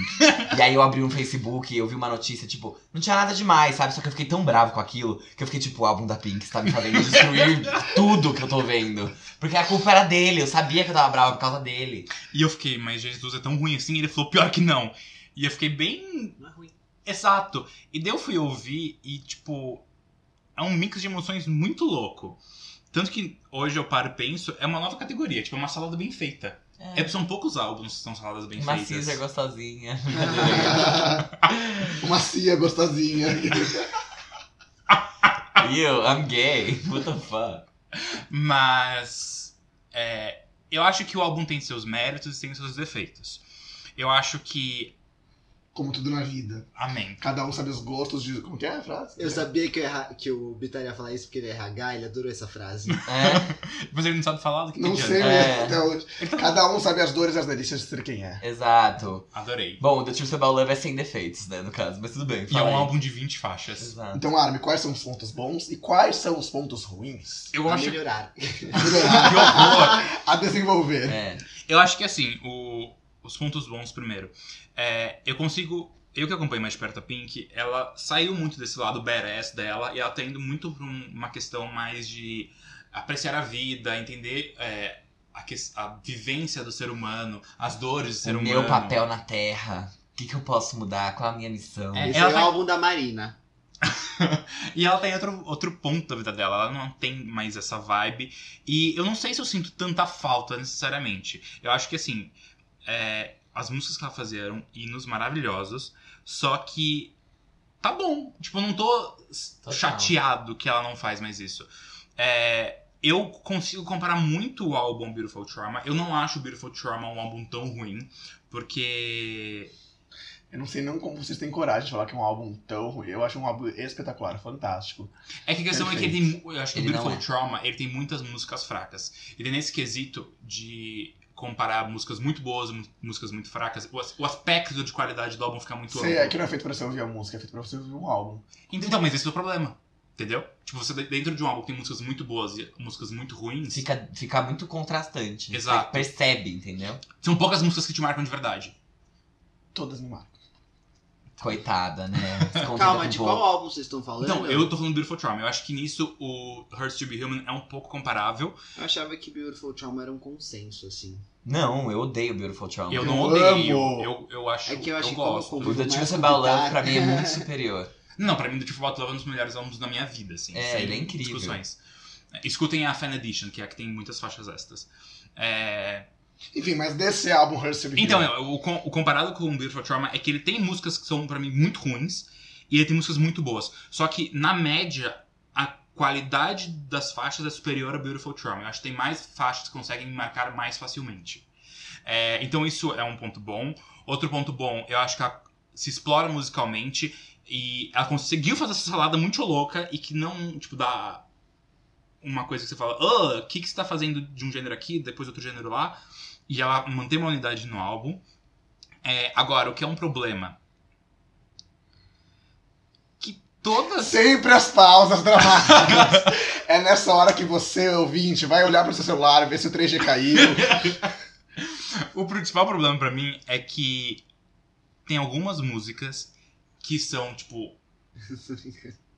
e aí eu abri um Facebook e eu vi uma notícia, tipo, não tinha nada demais, sabe? Só que eu fiquei tão bravo com aquilo que eu fiquei tipo, o álbum da Pink está me fazendo [laughs] destruir tudo que eu tô vendo. Porque a culpa era dele, eu sabia que eu tava brava por causa dele. E eu fiquei, mas Jesus é tão ruim assim? Ele falou, pior que não. E eu fiquei bem. Não é ruim. Exato. E daí eu fui ouvir e, tipo, é um mix de emoções muito louco. Tanto que hoje eu paro e penso, é uma nova categoria, tipo, é uma salada bem feita. É, são poucos álbuns que são saladas bem Uma feitas. cinza [laughs] gostosinha. uma cia gostosinha. you, I'm gay. What the fuck? Mas é, eu acho que o álbum tem seus méritos e tem seus defeitos. Eu acho que. Como tudo na vida. Amém. Cada um sabe os gostos de. Como que é a frase? Eu sabia que, eu erra- que o Bitar ia falar isso porque ele é RH, ele adorou essa frase. É, Mas ele não sabe falar do que Não que sei adianta. É. mesmo até hoje. Então- Cada um sabe as dores e as delícias de ser quem é. exato. Adorei. Bom, The Truth About Love é sem defeitos, né, no caso. Mas tudo bem, E é fala um aí. álbum de 20 faixas. Exato. Então, Armin, quais são os pontos bons e quais são os pontos ruins? Eu Pra acho que é melhorar. horror! a desenvolver. É. Eu acho que assim, o- os pontos bons primeiro. É, eu consigo. Eu que acompanho mais de perto a Pink, ela saiu muito desse lado badass dela e ela tá indo muito pra um- uma questão mais de apreciar a vida, entender é, a, ques- a vivência do ser humano, as dores do [laughs] ser o humano. meu papel na Terra. O que, que eu posso mudar? Qual a minha missão? É, Esse ela é o vai- álbum da Marina. E ela tem outro, outro ponto da vida dela, ela não tem mais essa vibe. E eu não sei se eu sinto tanta falta necessariamente. Eu acho que assim, é, as músicas que ela fazia eram hinos maravilhosos, só que tá bom. Tipo, eu não tô Total. chateado que ela não faz mais isso. É, eu consigo comparar muito o álbum Beautiful Trauma. Eu não acho Beautiful Trauma um álbum tão ruim, porque Eu não sei não como vocês têm coragem de falar que é um álbum tão ruim. Eu acho um álbum espetacular, fantástico. É que a questão é que ele tem. mu- Eu acho que Ele o não Beautiful é. Trauma ele tem muitas músicas fracas. Ele tem nesse quesito de comparar músicas muito boas, mu- músicas muito fracas. O, as- o aspecto de qualidade do álbum fica muito Você, é que não é feito pra você ouvir a música, é feito pra você ouvir um álbum. Então, mas esse é o problema. Entendeu? Tipo, você dentro de um álbum que tem músicas muito boas e músicas muito ruins. Fica, fica muito contrastante. Exato. Você percebe, entendeu? São poucas músicas que te marcam de verdade. Todas me marcam. Coitada, né? [laughs] Escondida tá Calma, com de boa. qual álbum vocês estão falando? Então, eu tô falando do Beautiful Trauma. Eu acho que nisso o Hurts to Be Human é um pouco comparável. Eu achava que Beautiful Trauma era um consenso, assim. Não, eu odeio Beautiful Trauma. Eu Eu não odeio. amo. Eu, eu acho. É que eu acho que como gosto. O The Mais Truth About Love, complicado. pra mim, é [laughs] muito superior. Não, pra mim, do Tipo Bottle Love é um dos melhores álbuns da minha vida, assim. É, sem ele é incrível. Discussões. É, Escutem a Fan Edition, que é a que tem muitas faixas extras. É, Enfim, mas desse álbum, Hurst Então, é, o, com- o comparado com o Beautiful Trauma é que ele tem músicas que são, pra mim, muito ruins e ele tem músicas muito boas. Só que, na média, a qualidade das faixas é superior a Beautiful Trauma. Eu acho que tem mais faixas que conseguem me marcar mais facilmente. É, então, isso é um ponto bom. Outro ponto bom, eu acho que ela se explora musicalmente e ela conseguiu fazer essa salada muito louca e que não, tipo, dá uma coisa que você fala, "Ah, o que, que você tá fazendo de um gênero aqui, depois outro gênero lá e ela mantém uma unidade no álbum. É, agora, o que é um problema? Que todas. Sempre as pausas dramáticas. é nessa hora que você, ouvinte, vai olhar pro seu celular, ver se o 3G caiu. O principal problema pra mim é que tem algumas músicas que são, tipo.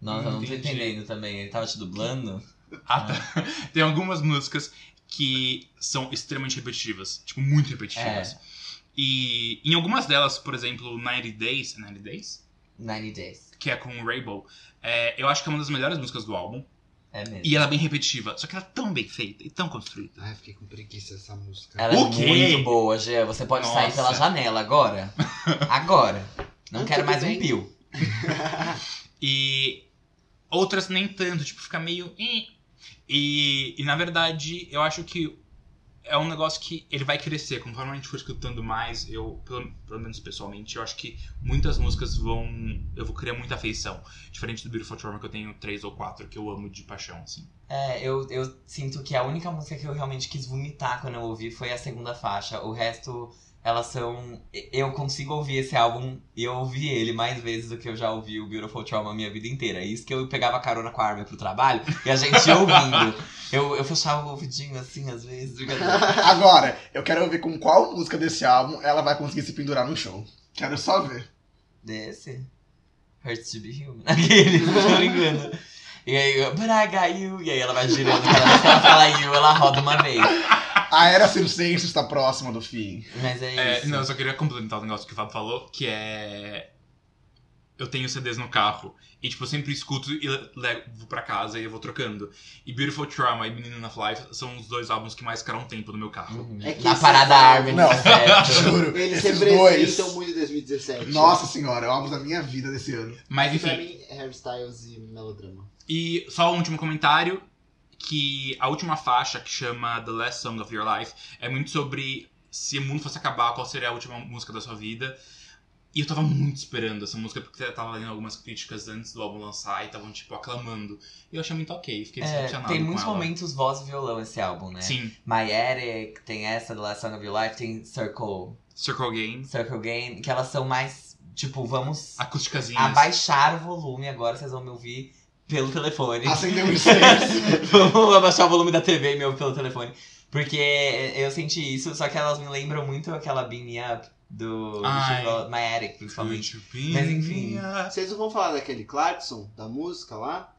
Nossa, eu não tô Entendi. entendendo também. Ele tava te dublando? ah, tá. [laughs] tem algumas músicas que são extremamente repetitivas. Tipo, muito É, repetitivas. E em algumas delas, por exemplo, 90 Days. 90 Days? 90 Days. Que é com o Rainbow. é, eu acho que é uma das melhores músicas do álbum. É mesmo. E ela é bem repetitiva. Só que ela é tão bem feita e tão construída. Ai, Ah, fiquei com preguiça dessa música. Ela O é quê? muito boa, Gê. Você pode sair Nossa. pela janela agora. Agora. Não Não, quero tudo mais um bem. Bill. E outras nem tanto, tipo, fica meio. "Ih". E, e na verdade, eu acho que é um negócio que ele vai crescer. Conforme a gente for escutando mais, eu, pelo, pelo menos pessoalmente, eu acho que muitas músicas vão. Eu vou criar muita afeição. Diferente do Beautiful Trauma, que eu tenho três ou quatro que eu amo de paixão, assim. É, eu, eu sinto que a única música que eu realmente quis vomitar quando eu ouvi foi a segunda faixa. O resto, elas são. Eu consigo ouvir esse álbum e eu ouvi ele mais vezes do que eu já ouvi o Beautiful Trauma a minha vida inteira. É Isso que eu pegava carona com a arma pro trabalho e a gente [laughs] ia ouvindo. Eu, eu fechava o ouvidinho assim, às vezes. brincadeira. Agora, eu quero ver com qual música desse álbum ela vai conseguir se pendurar no show. Quero só ver. Desse? Hurts to be human. [laughs] Aquele, tô brincando. E aí, eu, but I got you. E aí ela vai girando, cada vez que ela fala you, ela roda uma vez. A Era Circense está próxima do fim. Mas é É, isso. não, eu só queria complementar o negócio que o Fábio falou, que é. Eu tenho CDs no carro. E, tipo, eu sempre escuto e le- levo pra casa e eu vou trocando. E Beautiful Trauma e Menina of Life são os dois álbuns que mais ficaram um tempo no meu carro. Uhum. É que Na esse parada Armin, álbum- Não, É, certo. juro. Eles esses representam dois. muito 2017. Nossa senhora, é o álbum da minha vida desse ano. Mas, Pra enfim. mim, hairstyles e melodrama. E só um último comentário: que a última faixa, que chama The Last Song of Your Life, é muito sobre se o mundo fosse acabar, qual seria a última música da sua vida. E eu tava muito esperando essa música, porque eu tava lendo algumas críticas antes do álbum lançar e estavam, tipo, aclamando. E eu achei muito ok, fiquei É, decepcionado. tem com muitos ela. momentos voz e violão esse álbum, né? Sim, My Attic, tem essa, The Last Song of Your Life, tem Circle, Circle Games, Circle Game, que elas são mais, tipo, vamos acústicazinhas. abaixar o volume agora, vocês vão me ouvir pelo telefone. Acendeu [laughs] o incenso. Vamos abaixar o volume da TV e me ouvir pelo telefone. Porque eu senti isso, só que elas me lembram muito aquela Beam Me Up do, do Ai. Chico- My Attic, Could principalmente. you be Mas enfim. a- Vocês não vão falar daquele Clarkson, da música lá?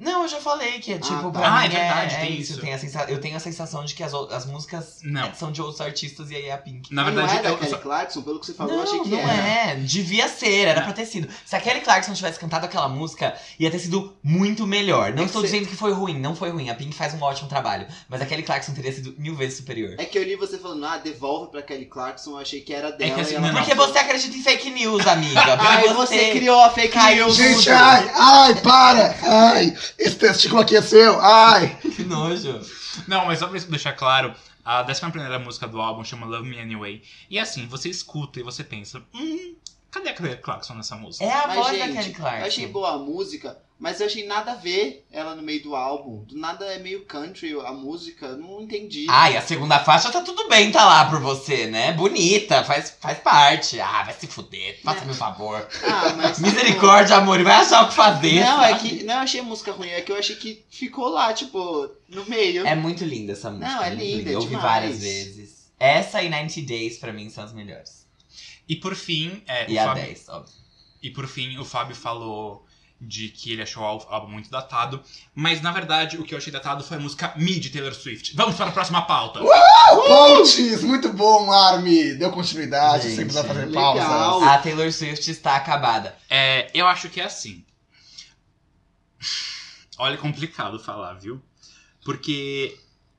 Não, eu já falei que é tipo, Ah, tá. pra Ah, mim é verdade, tem isso. Tem a sensa... Eu tenho a sensação de que as, o- as músicas Não. são de outros artistas e aí é a Pink. Na Mas verdade, não é eu, da eu Kelly só- Clarkson, pelo que você falou, não, eu achei que não era. é. Devia ser, era Não. pra ter sido. Se a Kelly Clarkson tivesse cantado aquela música, ia ter sido muito melhor. Não É que estou você- dizendo que foi ruim, não foi ruim. A Pink faz um ótimo trabalho. Mas a Kelly Clarkson teria sido mil vezes superior. É que eu li você falando, ah, devolve pra Kelly Clarkson, eu achei que era dela. assim, e ela tá não, não. Porque você acredita em fake news, amiga. Ai, Porque Tá você criou a fake Caiu news. Gente, ai, ai, para! Ai, esse testículo aqui é seu, ai! Que nojo. Não, mas só pra deixar claro, a 11 primeira música do álbum chama Love Me Anyway. E assim, você escuta e você pensa, hum, Cadê a Claire Clarkson nessa música? É a Mas, voz gente, da Kelly Eu achei Clarkson. boa a música, mas eu achei nada a ver ela no meio do álbum. Do nada é meio country a música, eu não entendi. Ai, a segunda faixa tá tudo bem, tá lá por você, né? Bonita, faz, faz parte. Ah, vai se fuder, faça meu favor. Ah, mas, Misericórdia, amor, e vai achar o que fazer. Não, é sabe? que. Não, eu achei a música ruim, é que eu achei que ficou lá, tipo, no meio. É muito linda essa música. Não, é muito linda, é Eu ouvi demais. várias vezes. Essa e 90 Days, pra mim, são as melhores. E por fim, é, E o a Fábio, 10, óbvio. e por fim, o Fábio falou de que ele achou o álbum- álbum muito datado, mas na verdade o que eu achei datado foi a música Me de Taylor Swift. Vamos para a próxima Uh! pauta. Pontes! Muito bom, Army! Deu continuidade, Gente, sem precisar fazer legal. pausas. A Taylor Swift está acabada. É, eu acho que é assim. [sighs] Olha, é complicado falar, viu? Porque.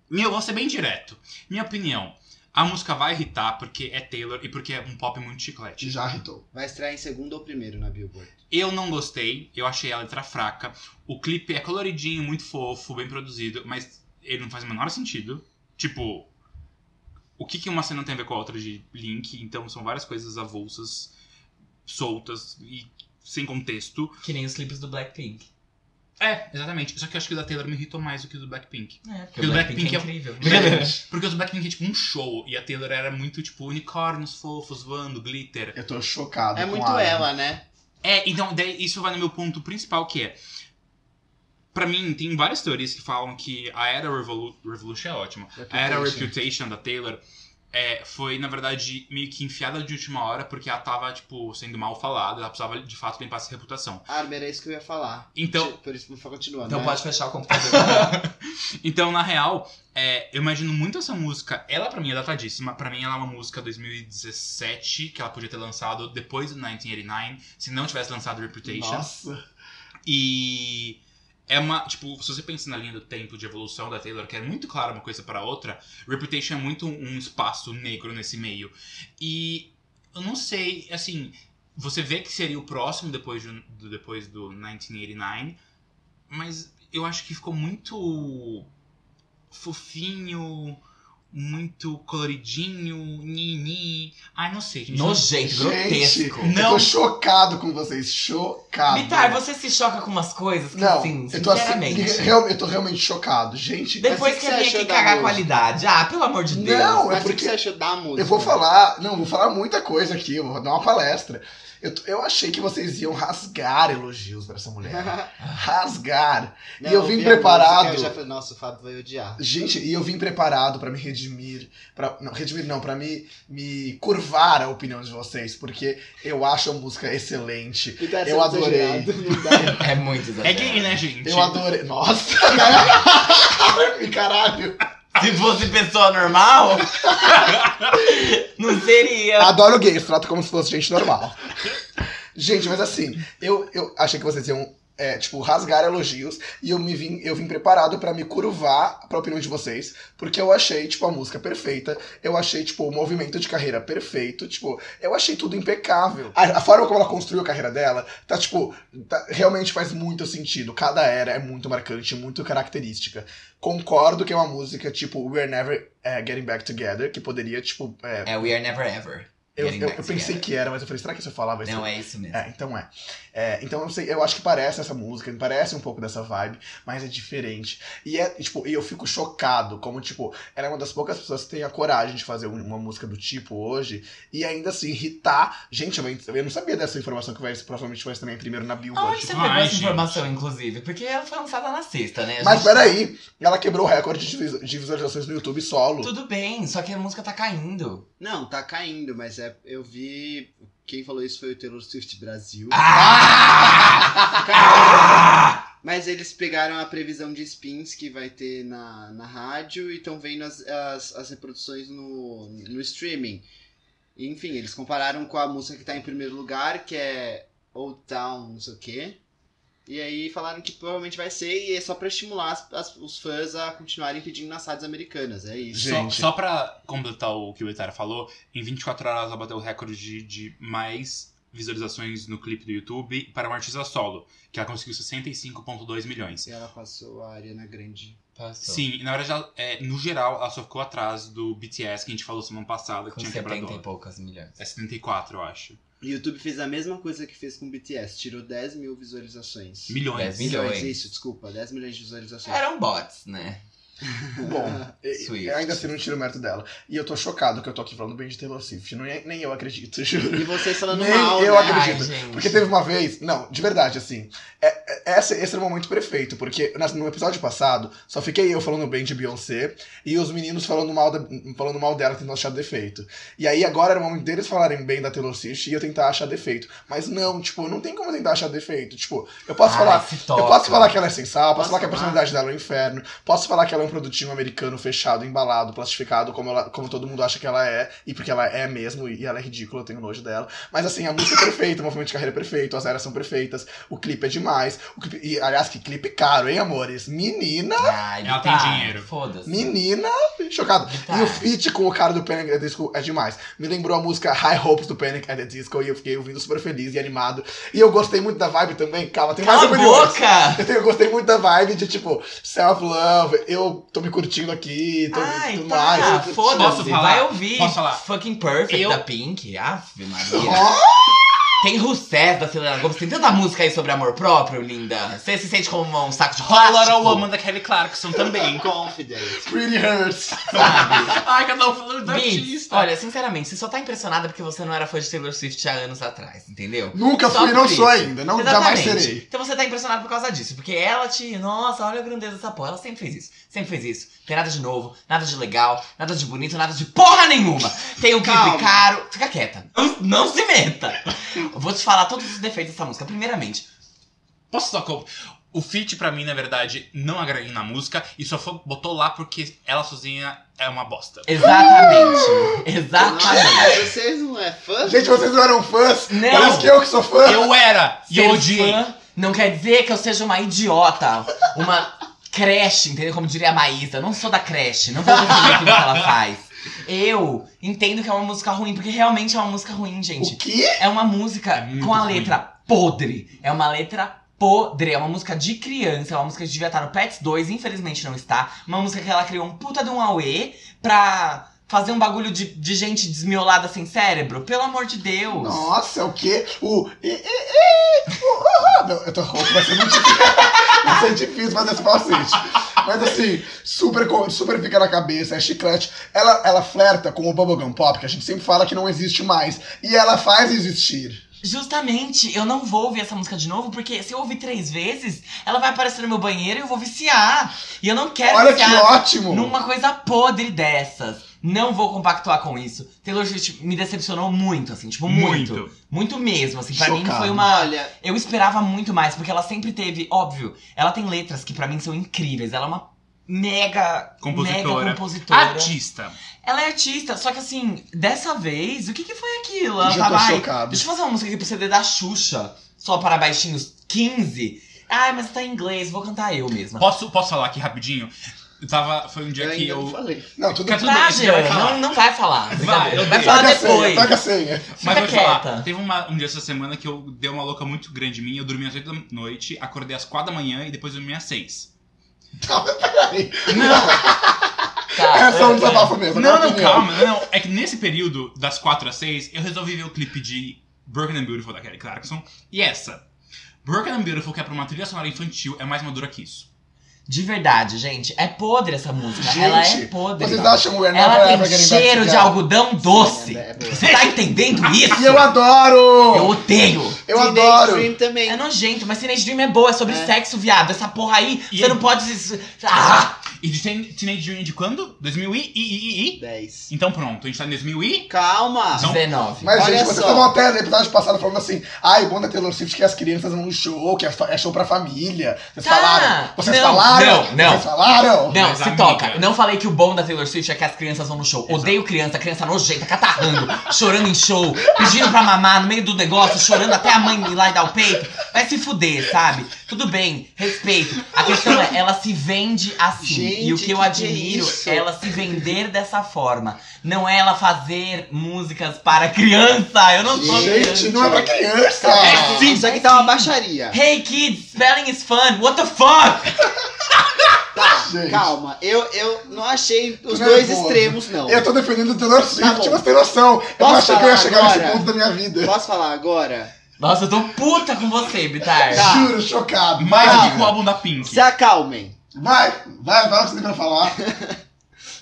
Minha, eu vou ser bem direto. Minha opinião. A música vai irritar porque é Taylor e porque é um pop muito chiclete. Já irritou. Vai estrear em segundo ou primeiro na Billboard? Eu não gostei, eu achei a letra fraca. O clipe é coloridinho, muito fofo, bem produzido, mas ele não faz o menor sentido. Tipo, o que, que uma cena tem a ver com a outra de Link? Então são várias coisas avulsas, soltas e sem contexto. Que nem os clipes do Blackpink. É, exatamente. Só que eu acho que o da Taylor me irritou mais do que o do [laughs] Blackpink. É, Porque o Blackpink é- incrível. Porque o do Blackpink é tipo um show e a Taylor era muito tipo unicórnios fofos voando, glitter. Eu tô Tá chocado. É com muito Army. ela, né? É, então daí isso vai no meu ponto principal que é. Pra mim, tem várias teorias que falam que a era Revolu Revolution é ótima. A era Reputation da Taylor é, foi, na verdade, meio que enfiada de última hora porque ela tava, tipo, sendo mal falada, ela precisava de fato limpar essa reputação. Ah, Armin, era isso que eu ia falar. Tipo, Então, Por isso, por favor, continua. [laughs] Então né? pode fechar o computador. Então, na real, é, eu imagino muito essa música. Ela, pra mim, é datadíssima. Pra mim, ela é uma música 2017, que ela podia ter lançado depois do 1989, se não tivesse lançado Reputation. Nossa. E é uma, tipo, se você pensa na linha do tempo de evolução da Taylor, que é muito clara uma coisa para outra, Reputation é muito um espaço negro nesse meio. E eu não sei, assim, você vê que seria o próximo depois do, do- depois do 1989, mas eu acho que ficou muito fofinho, muito coloridinho, nini. Ai, não sei, gente. Nojento, Gente, grotesco. eu Não. tô chocado com vocês. Chocado. Vitar, você se choca com umas coisas que, Não, assim, eu tô, assim, sinceramente. real- eu tô realmente chocado. Gente, Depois Mas o que que eu você vim aqui achou da cagar a música? qualidade. Ah, pelo amor de Deus. Não, é Mas o que porque- você achou da música? Eu [laughs] vou falar, não, vou falar muita coisa aqui, eu vou dar uma palestra. Eu, t- eu achei que vocês iam rasgar elogios pra essa [laughs] mulher. rasgar. Não, E eu vim vi a preparado. música, eu já falei, nossa, o Fábio vai odiar. Gente, e eu vim preparado pra me redimir, para não redimir não, pra me me curvar a opinião de vocês, porque eu acho a música excelente. Cuidado, Eu você adorei. é exagerado, não dá. É muito exagerado. É gay, né, gente? Eu adorei. Nossa. [laughs] Caralho. Se fosse pessoa normal, [laughs] não seria. Adoro gays, trato como se fosse gente normal. gente, mas assim, eu, eu achei que vocês iam, é, tipo, rasgar elogios e eu me vim, eu vim preparado pra me curvar pra opinião de vocês, porque eu achei, tipo, a música perfeita, eu achei, tipo, o movimento de carreira perfeito, tipo, eu achei tudo impecável. A, a forma como ela construiu a carreira dela, tá, tipo, tá- realmente faz muito sentido. Cada era é muito marcante, muito característica. Concordo que é uma música, tipo, We're Never eh, Getting Back Together, que poderia, tipo, eh, É We Are Never Ever. eu, Getting eu- Back eu pensei Together. que era, mas eu falei, será que se eu falava isso? é. Não, é isso mesmo. É, então é. É, Então eu não sei, eu acho que parece essa música, me parece um pouco dessa vibe, mas é diferente. E é, tipo, e eu fico chocado, como, tipo, ela é uma das poucas pessoas que tem a coragem de fazer um- uma música do tipo hoje, e ainda assim irritar. Gente, eu, eu não sabia dessa informação que vai, provavelmente vai também é primeiro na Billboard. Tipo, Aonde você Vai, pegou essa gente. é informação, inclusive? Porque ela foi lançada na sexta, né? A mas gente- peraí, ela quebrou o recorde de vis- de visualizações no YouTube solo. Tudo bem, só que a música tá caindo. Não, tá caindo, mas é, eu vi. Quem falou isso foi o Taylor Swift Brasil. Ah! Ah! [laughs] Mas eles pegaram a previsão de spins que vai ter na, na rádio e estão vendo as, as, as reproduções no, no streaming. Enfim, eles compararam com a música que tá em primeiro lugar, que é Old Town, não sei o quê. E aí falaram que provavelmente vai ser e é só pra estimular as- as- os fãs a continuarem pedindo nas rádios americanas. É isso. Gente. Só, só pra completar o que o Itara falou, em 24 horas ela bateu o recorde de, de mais visualizações no clipe do YouTube para uma artista solo, que ela conseguiu 65,2 milhões. Então. E ela passou a Ariana Grande. Passou. Sim, na verdade, ela, é, no geral, ela só ficou atrás do BTS que a gente falou semana passada, que Com tinha 70 e quebrado. poucas milhões. É 74, eu acho. O YouTube fez a mesma coisa que fez com o BTS, tirou 10 mil visualizações. Milhões. 10 É, milhões. Isso, desculpa, 10 milhões de visualizações. Eram bots, né? Bom, e- Swift. eu ainda assim não tiro o mérito dela. E eu tô chocado que eu tô aqui falando bem de Taylor Swift. Não, é- nem eu acredito, [laughs] juro. E vocês falando Nem mal, eu né? acredito. gente. Porque teve uma vez, não, de verdade, assim, é, é- essa- esse, era o momento perfeito, porque nas- no episódio passado só fiquei eu falando bem de Beyoncé e os meninos falando mal, da- falando mal dela, tentando achar defeito. E aí agora era o momento deles falarem bem da Taylor Swift e eu tentar achar defeito. Mas não, tipo, não tem como tentar achar defeito. Tipo, eu posso Ai, falar, se eu toca. posso falar que ela é sensal, posso Posso falar que a falar? personalidade dela é um inferno, posso falar que ela é um produtinho americano fechado, embalado, plastificado, como, ela- como todo mundo acha que ela é, e porque ela é mesmo, e ela é ridícula, eu tenho nojo dela. Mas assim, a música é perfeita, o movimento de carreira é perfeito, as eras são perfeitas, o clipe é demais. O clipe- e, aliás, que clipe caro, hein, amores? Menina, Ai, Ela tá, tem dinheiro. Foda-se. menina, chocado. Tá. E o feat com o cara do Panic! at the Disco é demais. Me lembrou a música High Hopes do Panic! at the Disco, e eu fiquei ouvindo super feliz e animado. E eu gostei muito da vibe também, calma, tem mais um Cala a opiniões. boca! Eu, tenho- eu gostei muito da vibe de tipo, self-love, eu tô me curtindo aqui, Então, tô Ai, tudo tá, mais. Posso foda-se, falar? vai ouvir. Posso falar? Fucking Perfect, Eu- da Pink. Ave Maria. Ó, Tem Rousseff, da Selena Gomes. Tem tanta música aí sobre amor próprio, linda. Você se sente como um saco de Color plástico. a Woman da Kelly Clarkson também. Confident. pretty hurts. sabe? [laughs] Ai, cada um falando da Beats, artista. olha, sinceramente, você só tá impressionada porque você não era fã de Taylor Swift há anos atrás, entendeu? Nunca Só fui, por não isso. sou ainda, não, jamais Exatamente. serei. Então você tá impressionado por causa disso. Porque ela te. Nossa, olha a grandeza dessa porra. Ela sempre fez isso. Sempre fez isso. Tem nada de novo, nada de legal, nada de bonito, nada de porra nenhuma. Tem um clipe Calma. caro. Fica quieta. Não, não se meta. Vou te falar todos os defeitos dessa música. Primeiramente, Posso só co- O feat pra mim, na verdade, não agradou na música e só foi, botou lá porque ela sozinha é uma bosta. [laughs] exatamente. Exatamente. Nossa, vocês não é fã? Gente, vocês não eram fãs? Não. Parece que eu que sou fã. Eu era! E eu Ser odiei! fã Não quer dizer que eu seja uma idiota. Uma creche, entendeu? Como diria a Maísa. Eu Não sou da creche. Não vou defender aquilo que ela faz. Eu entendo que é uma música ruim, porque realmente é uma música ruim, gente. O quê? É uma música É muito com a ruim. letra podre. É uma letra podre. É uma música de criança. É uma música que devia estar no Pets 2, infelizmente não está. Uma música que ela criou um puta de um auê pra fazer um bagulho de, de gente desmiolada sem cérebro. Pelo amor de Deus. Nossa, o quê? O. e- e- e- o- ah, ah. Não, eu tô rouco, vai ser muito difícil. [laughs] Vai ser difícil fazer esse falsete. Mas assim, super, co- super fica na cabeça, é chiclete. Ela, ela flerta com o Bubblegum Pop, que a gente sempre fala que não existe mais. E ela faz existir. Justamente, eu não vou ouvir essa música de novo, porque se eu ouvir três vezes, ela vai aparecer no meu banheiro e eu vou viciar. E eu não quero Olha que viciar ótimo! numa coisa podre dessas. Não vou compactuar com isso. Taylor Swift me decepcionou muito, assim, tipo, muito. Muito, mesmo, assim. Pra mim Chocado. foi uma. Olha, Eu esperava muito mais, porque ela sempre teve. Óbvio, ela tem letras que pra mim são incríveis. Ela é uma mega. Compositora. Mega compositora. Artista. Ela é artista, só que assim, dessa vez, o que que foi aquilo? Ela Já tô tava, "Ai, chocado. Deixa eu fazer uma música aqui pro CD da Xuxa, só para baixinhos 15. Ai, mas tá em inglês, vou cantar eu mesma. Posso, posso falar aqui rapidinho? Eu tava, foi um dia eu que ainda não eu. falei. Não, tudo Tá bem. tudo bem, Tá, você já vai Jean, falar. não, não vai falar. Vai, eu brincadeira. dei. vai falar Toca a senha, depois. toca a senha. Mas Fica vou te falar, quieta. teve uma- um dia essa semana que eu dei uma louca muito grande em mim, eu dormi às 8 da noite, acordei às 4 da manhã e depois dormi às 6. Não, mas peraí. Tá, É só um é, desabafo mesmo. Não, não, opinião. calma, não. É que nesse período, das 4 às 6, eu resolvi ver o clipe de Broken and Beautiful da Kelly Clarkson e essa. Broken and Beautiful, que é pra uma trilha sonora infantil, é mais madura que isso. De verdade, gente, é podre essa música. ela é Gente, podre. Vocês acham é o Ela tem cheiro de algodão doce. É boa. Você tá entendendo isso? E eu Eu adoro! odeio. Eu Teenage adoro! Dream também. É nojento, mas Teenage Dream é boa, é sobre É. sexo, viado. Essa porra aí, E- você não pode. se- Ah! E de Teen- Teenage Dream de quando? 2000 e, e, e, e? 10. Então pronto, a gente tá em 2000 e... Calma! Não. 19. Mas, Olha gente, vocês só. estavam até no episódio passado falando assim: ai, bom da Taylor Swift que as crianças vão no show, que é fa- é show pra família. Vocês Tá. falaram? Vocês Não, falaram? não, não. Vocês falaram? Não, Mas, se amiga- toca. Não falei que o bom da Taylor Swift é que as crianças vão no show. Exato. Odeio criança, criança nojenta, catarrando, [laughs] chorando em show, pedindo pra mamar no meio do negócio, chorando até a mãe ir lá e dar o peito. Vai se fuder, sabe? Tudo bem, respeito. A questão é, ela se vende assim. e o Gente, que eu que que é admiro isso? é ela se vender dessa forma. Não é ela fazer músicas para criança. Eu não sou Gente, não é pra criança! Tá É sim, isso aqui é tá uma sim. baixaria. Hey kids, spelling is fun. What the fuck? Tá, Gente. calma. Eu, eu não achei os Tô dois nervoso. extremos, não. Eu tô defendendo o Taylor Swift, bom. mas tem noção. Eu Posso não achei que eu ia falar chegar nesse agora? ponto da minha vida. Posso falar agora? Nossa, eu tô puta com você, Bitar. Tá. Juro, chocado. Tá. Mais do Vai, que com o álbum da Pink. Se acalmem. Vai, vai, vai o que você tem pra falar.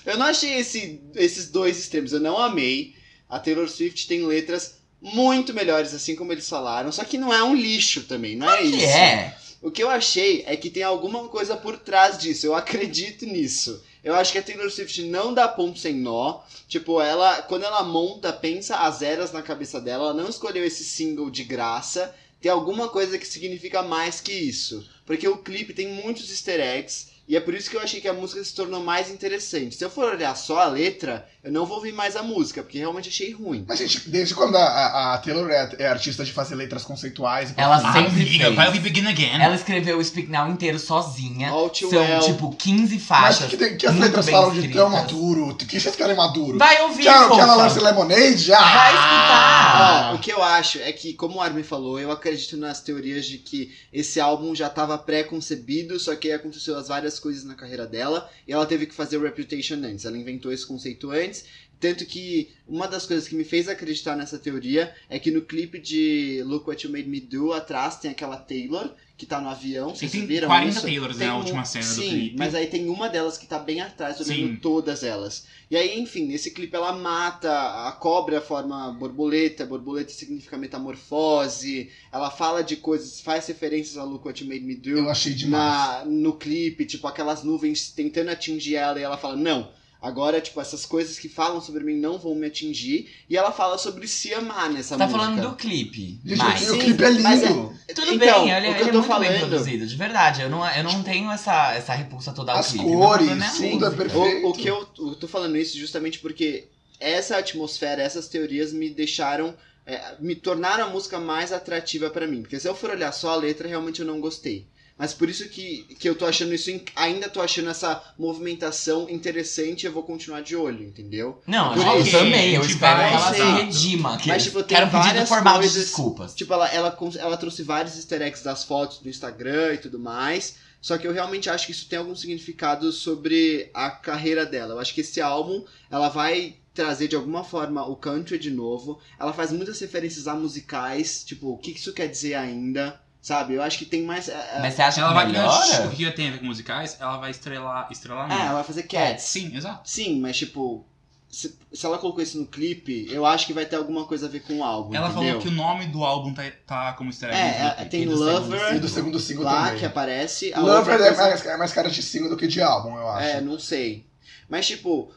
Eu não achei esse- esses dois extremos, eu não amei. A Taylor Swift tem letras muito melhores, assim como eles falaram, só que não é um lixo também, não é Que isso. é? O que eu achei é que tem alguma coisa por trás disso, eu acredito nisso. Eu acho que a Taylor Swift não dá ponto sem nó. Tipo, ela, quando ela monta, pensa as eras na cabeça dela, ela não escolheu esse single de graça. Tem alguma coisa que significa mais que isso. Porque o clipe tem muitos easter eggs. E é por isso que eu achei que a música se tornou mais interessante. Se eu for olhar só a letra, eu não vou ouvir mais a música, porque realmente achei ruim. Mas, gente, desde quando a, a- a Taylor é, é artista de fazer letras conceituais e Ela profunda- sempre Amiga, fez. Ah, vai We Begin Again. Ela escreveu o Speak Now inteiro sozinha. All too São, well. tipo, 15 Mas faixas. que, tem- que as muito letras bem falam de escritas. tão maduro? O que vocês querem maduro? Vai ouvir, Que ela, que ela fofa. lance Lemonade? Ah! Vai escutar. Ah! Ó, o que eu acho é que, como o Armin falou, eu acredito nas teorias de que esse álbum já estava pré-concebido, só que aí aconteceu as várias coisas na carreira dela, e ela teve que fazer o Reputation antes. Ela inventou esse conceito antes, tanto que uma das coisas que me fez acreditar nessa teoria é que no clipe de Look What You Made Me Do, atrás tem aquela Taylor, que tá no avião, E vocês tem viram 40 isso? Taylors Tem na um- última cena Sim, do clipe. mas aí tem uma delas que tá bem atrás, olhando Sim. todas elas. E aí, enfim, nesse clipe ela mata, a cobra forma borboleta, borboleta significa metamorfose, ela fala de coisas, faz referências a Look What You Made Me Do Eu achei na, demais. no clipe, tipo, aquelas nuvens tentando atingir ela e ela fala, não. Agora, tipo, essas coisas que falam sobre mim não vão me atingir. E ela fala sobre se amar nessa Tá música. falando do clipe. Gente, mas... o Sim, clipe é mas é- lindo. Tudo Então, bem, ele, o que ele eu é tô muito bem falando- produzido, de verdade. Eu não, eu não tenho essa, essa repulsa toda ao As clipe. cores, Meu problema é a tudo é música. perfeito. O, o que eu, eu tô falando isso justamente porque essa atmosfera, essas teorias me deixaram. é, me tornaram a música mais atrativa pra mim. Porque se eu for olhar só a letra, realmente eu não gostei. Mas por isso que, que eu tô achando isso. in- Ainda tô achando essa movimentação interessante e eu vou continuar de olho, entendeu? Não, Por eu isso, também. Eu gente, espero que vai, ela se sim. redima. Que Mas, tipo, tem quero um pedido várias formal de coisas- desculpas. Tipo, ela, ela, cons- ela trouxe vários easter eggs das fotos do Instagram e tudo mais. Só que eu realmente acho que isso tem algum significado sobre a carreira dela. Eu acho que esse álbum, ela vai trazer de alguma forma o country de novo. Ela faz muitas referências a musicais, tipo, o que que isso quer dizer ainda, sabe? Eu acho que tem mais... é, é- Mas você acha Assim, Ela que vai. O melhora? que tem a ver com musicais? Ela vai estrelar. Estrelar Ah, ela não. vai fazer Cats. é, Sim, exato. Sim, mas tipo... Se, se ela colocou isso no clipe, eu acho que vai ter alguma coisa a ver com o álbum, Ela entendeu? falou que o nome do álbum tá, tá como easter egg. no É, é, clipe. tem E do Lover... segundo E do segundo single lá também. que aparece. a outra Lover é coisa- mais, é mais cara de single do que de álbum, eu acho. É, não sei. Mas, tipo,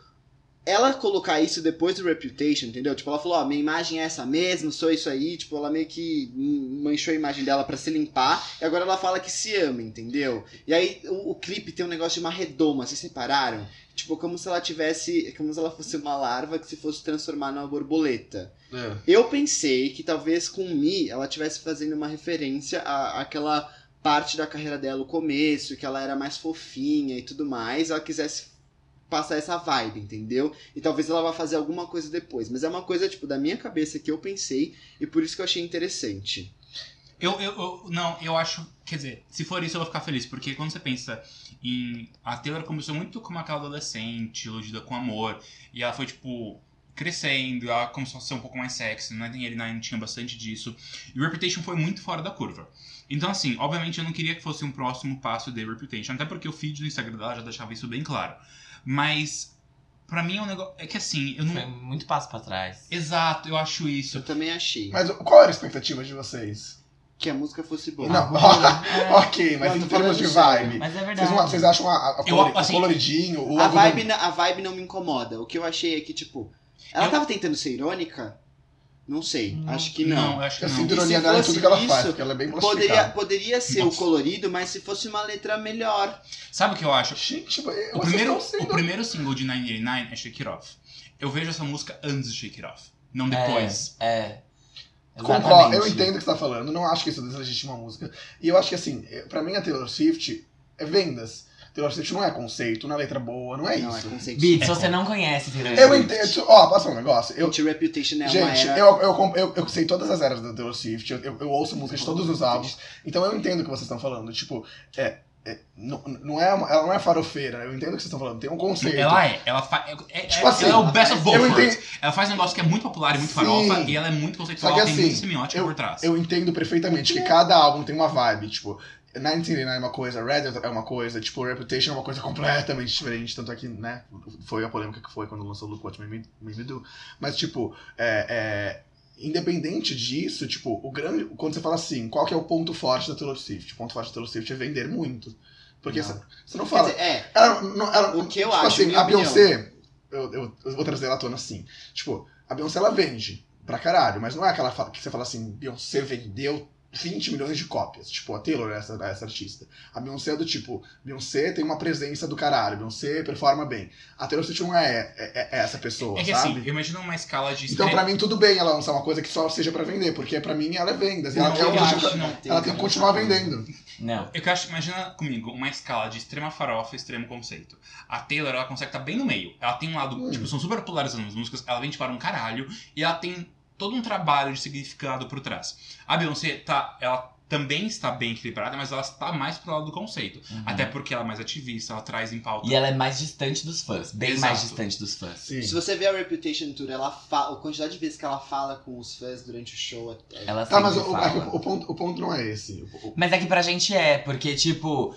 ela colocar isso depois do Reputation, entendeu? Tipo, ela falou, ó, minha imagem é essa mesmo, sou isso aí. Tipo, ela meio que hum, manchou a imagem dela pra se limpar. E agora ela fala que se ama, entendeu? E aí o, o clipe tem um negócio de uma redoma, vocês separaram? Tipo, como se ela tivesse. Como se ela fosse uma larva que se fosse transformar numa borboleta. Eu pensei que talvez com Mi ela estivesse fazendo uma referência à, àquela parte da carreira dela, o começo, que ela era mais fofinha e tudo mais. Ela quisesse passar essa vibe, entendeu? E talvez ela vá fazer alguma coisa depois. Mas é uma coisa, tipo, da minha cabeça que eu pensei e por isso que eu achei interessante. Eu, eu, eu- não, eu acho. Quer dizer, se for isso, eu vou ficar feliz, porque quando você pensa em. A Taylor começou muito como aquela adolescente, iludida com amor, e ela foi, tipo, crescendo, ela começou a ser um pouco mais sexy, né? Tem ele na tinha bastante disso. E o Reputation foi muito fora da curva. Então, assim, obviamente eu não queria que fosse um próximo passo de Reputation, até porque o feed do Instagram dela já deixava isso bem claro. Mas, pra mim é um negócio. É que assim, eu Foi um não. muito passo pra trás. Exato, eu acho isso. Eu também achei Mas o- qual era a expectativa de vocês? que a música fosse boa. [laughs] Não, Ah, É, ok, mas Não, tô em termos falando de sério. vibe. mas é Vocês, verdade. não- vocês acham a, a- a Eu, colori- assim, o coloridinho, o A logo vibe, na- a vibe não me incomoda. O que eu achei é que, tipo, ela Eu- tava tentando ser irônica? Não sei, Não. acho que não. não, eu acho que Eu não. sinto E se ironia dela em fosse tudo que ela faz, isso, porque ela é bem Poderia, plastificada. poderia ser o colorido, mas se fosse uma letra melhor. Sabe o que eu acho? Gente, O vocês primeiro, primeiro, o primeiro single de 989 é Shake It Off. Eu vejo essa música antes de Shake It Off, não depois. É. Concordo, Exatamente. eu entendo o que você tá falando, não acho que isso deslegitima a música. E eu acho que assim, eh, pra mim a Taylor Swift é vendas. Taylor Swift não é conceito, não é letra boa, não é Não, é isso. conceito. Beat, se você não conhece Taylor eu Swift, entendo. Ó, passa um negócio. Eu, Gente, Reputation é uma Gente, era... eu, eu, comp- eu, eu sei todas as eras da Taylor Swift, eu, eu- eu ouço músicas de todos os álbuns, então eu entendo o que vocês estão falando. Tipo, é. é, não, não é uma- ela não é farofeira, eu entendo o que vocês estão falando, tem um conceito. Ela é, ela faz. É, é- Tipo assim, ela é o best of both eu worlds. entendo, Ela faz um negócio que é muito popular e muito farofa, Sim. e ela é muito conceitual, Só que tem assim, muita semiótica por trás. eu entendo perfeitamente que cada álbum tem uma vibe, tipo. 1989 é uma coisa, Red é uma coisa, tipo, Reputation é uma coisa completamente diferente, tanto é que, né, foi a polêmica que foi quando lançou Look What Made Me- Made Me Do. Mas, tipo, é, é, independente disso, tipo, o grande. Quando você fala assim, qual que é o ponto forte da Taylor Swift? O ponto forte da Taylor Swift é vender muito. Porque Não. você você não Quer fala. dizer, é, Ela, não, ela, O que eu tipo acho, assim, minha a opinião. Beyoncé, eu, eu, eu vou trazer ela à tona assim. Tipo, a Beyoncé ela vende pra caralho, mas não é aquela fa- que você fala assim, Beyoncé vendeu 20 milhões de cópias. Tipo, a Taylor é essa, é essa artista. A Beyoncé é do tipo, Beyoncé tem uma presença do caralho, Beyoncé performa bem. A Taylor Swift não é, é, é essa pessoa, é que sabe? assim, é- eu imagino uma escala de. então, pra mim, tudo bem ela lançar uma coisa que só seja pra vender, porque pra mim ela é vendas. e Não, ela, quer eu um acho objetivo- que não. ela tem que continuar vendendo. não. Eu que acho, imagina comigo, uma escala de extrema farofa e extremo conceito. A Taylor, ela consegue estar bem no meio. Ela tem um lado, Hum. tipo, são super populares as músicas, ela vende para um caralho, e ela tem todo um trabalho de significado por trás. A Beyoncé, tá, ela também está bem equilibrada, mas ela está mais pro lado do conceito. Uhum. Até porque ela é mais ativista, ela traz em pauta. E ela é mais distante dos fãs, bem Exato. mais distante dos fãs. Sim. se você vê a Reputation Tour, ela fala, a quantidade de vezes que ela fala com os fãs durante o show é- é- Ela Tá, sempre mas o, o- fala. o ponto, o ponto não é esse. O- o- Mas é que pra gente é, porque, tipo,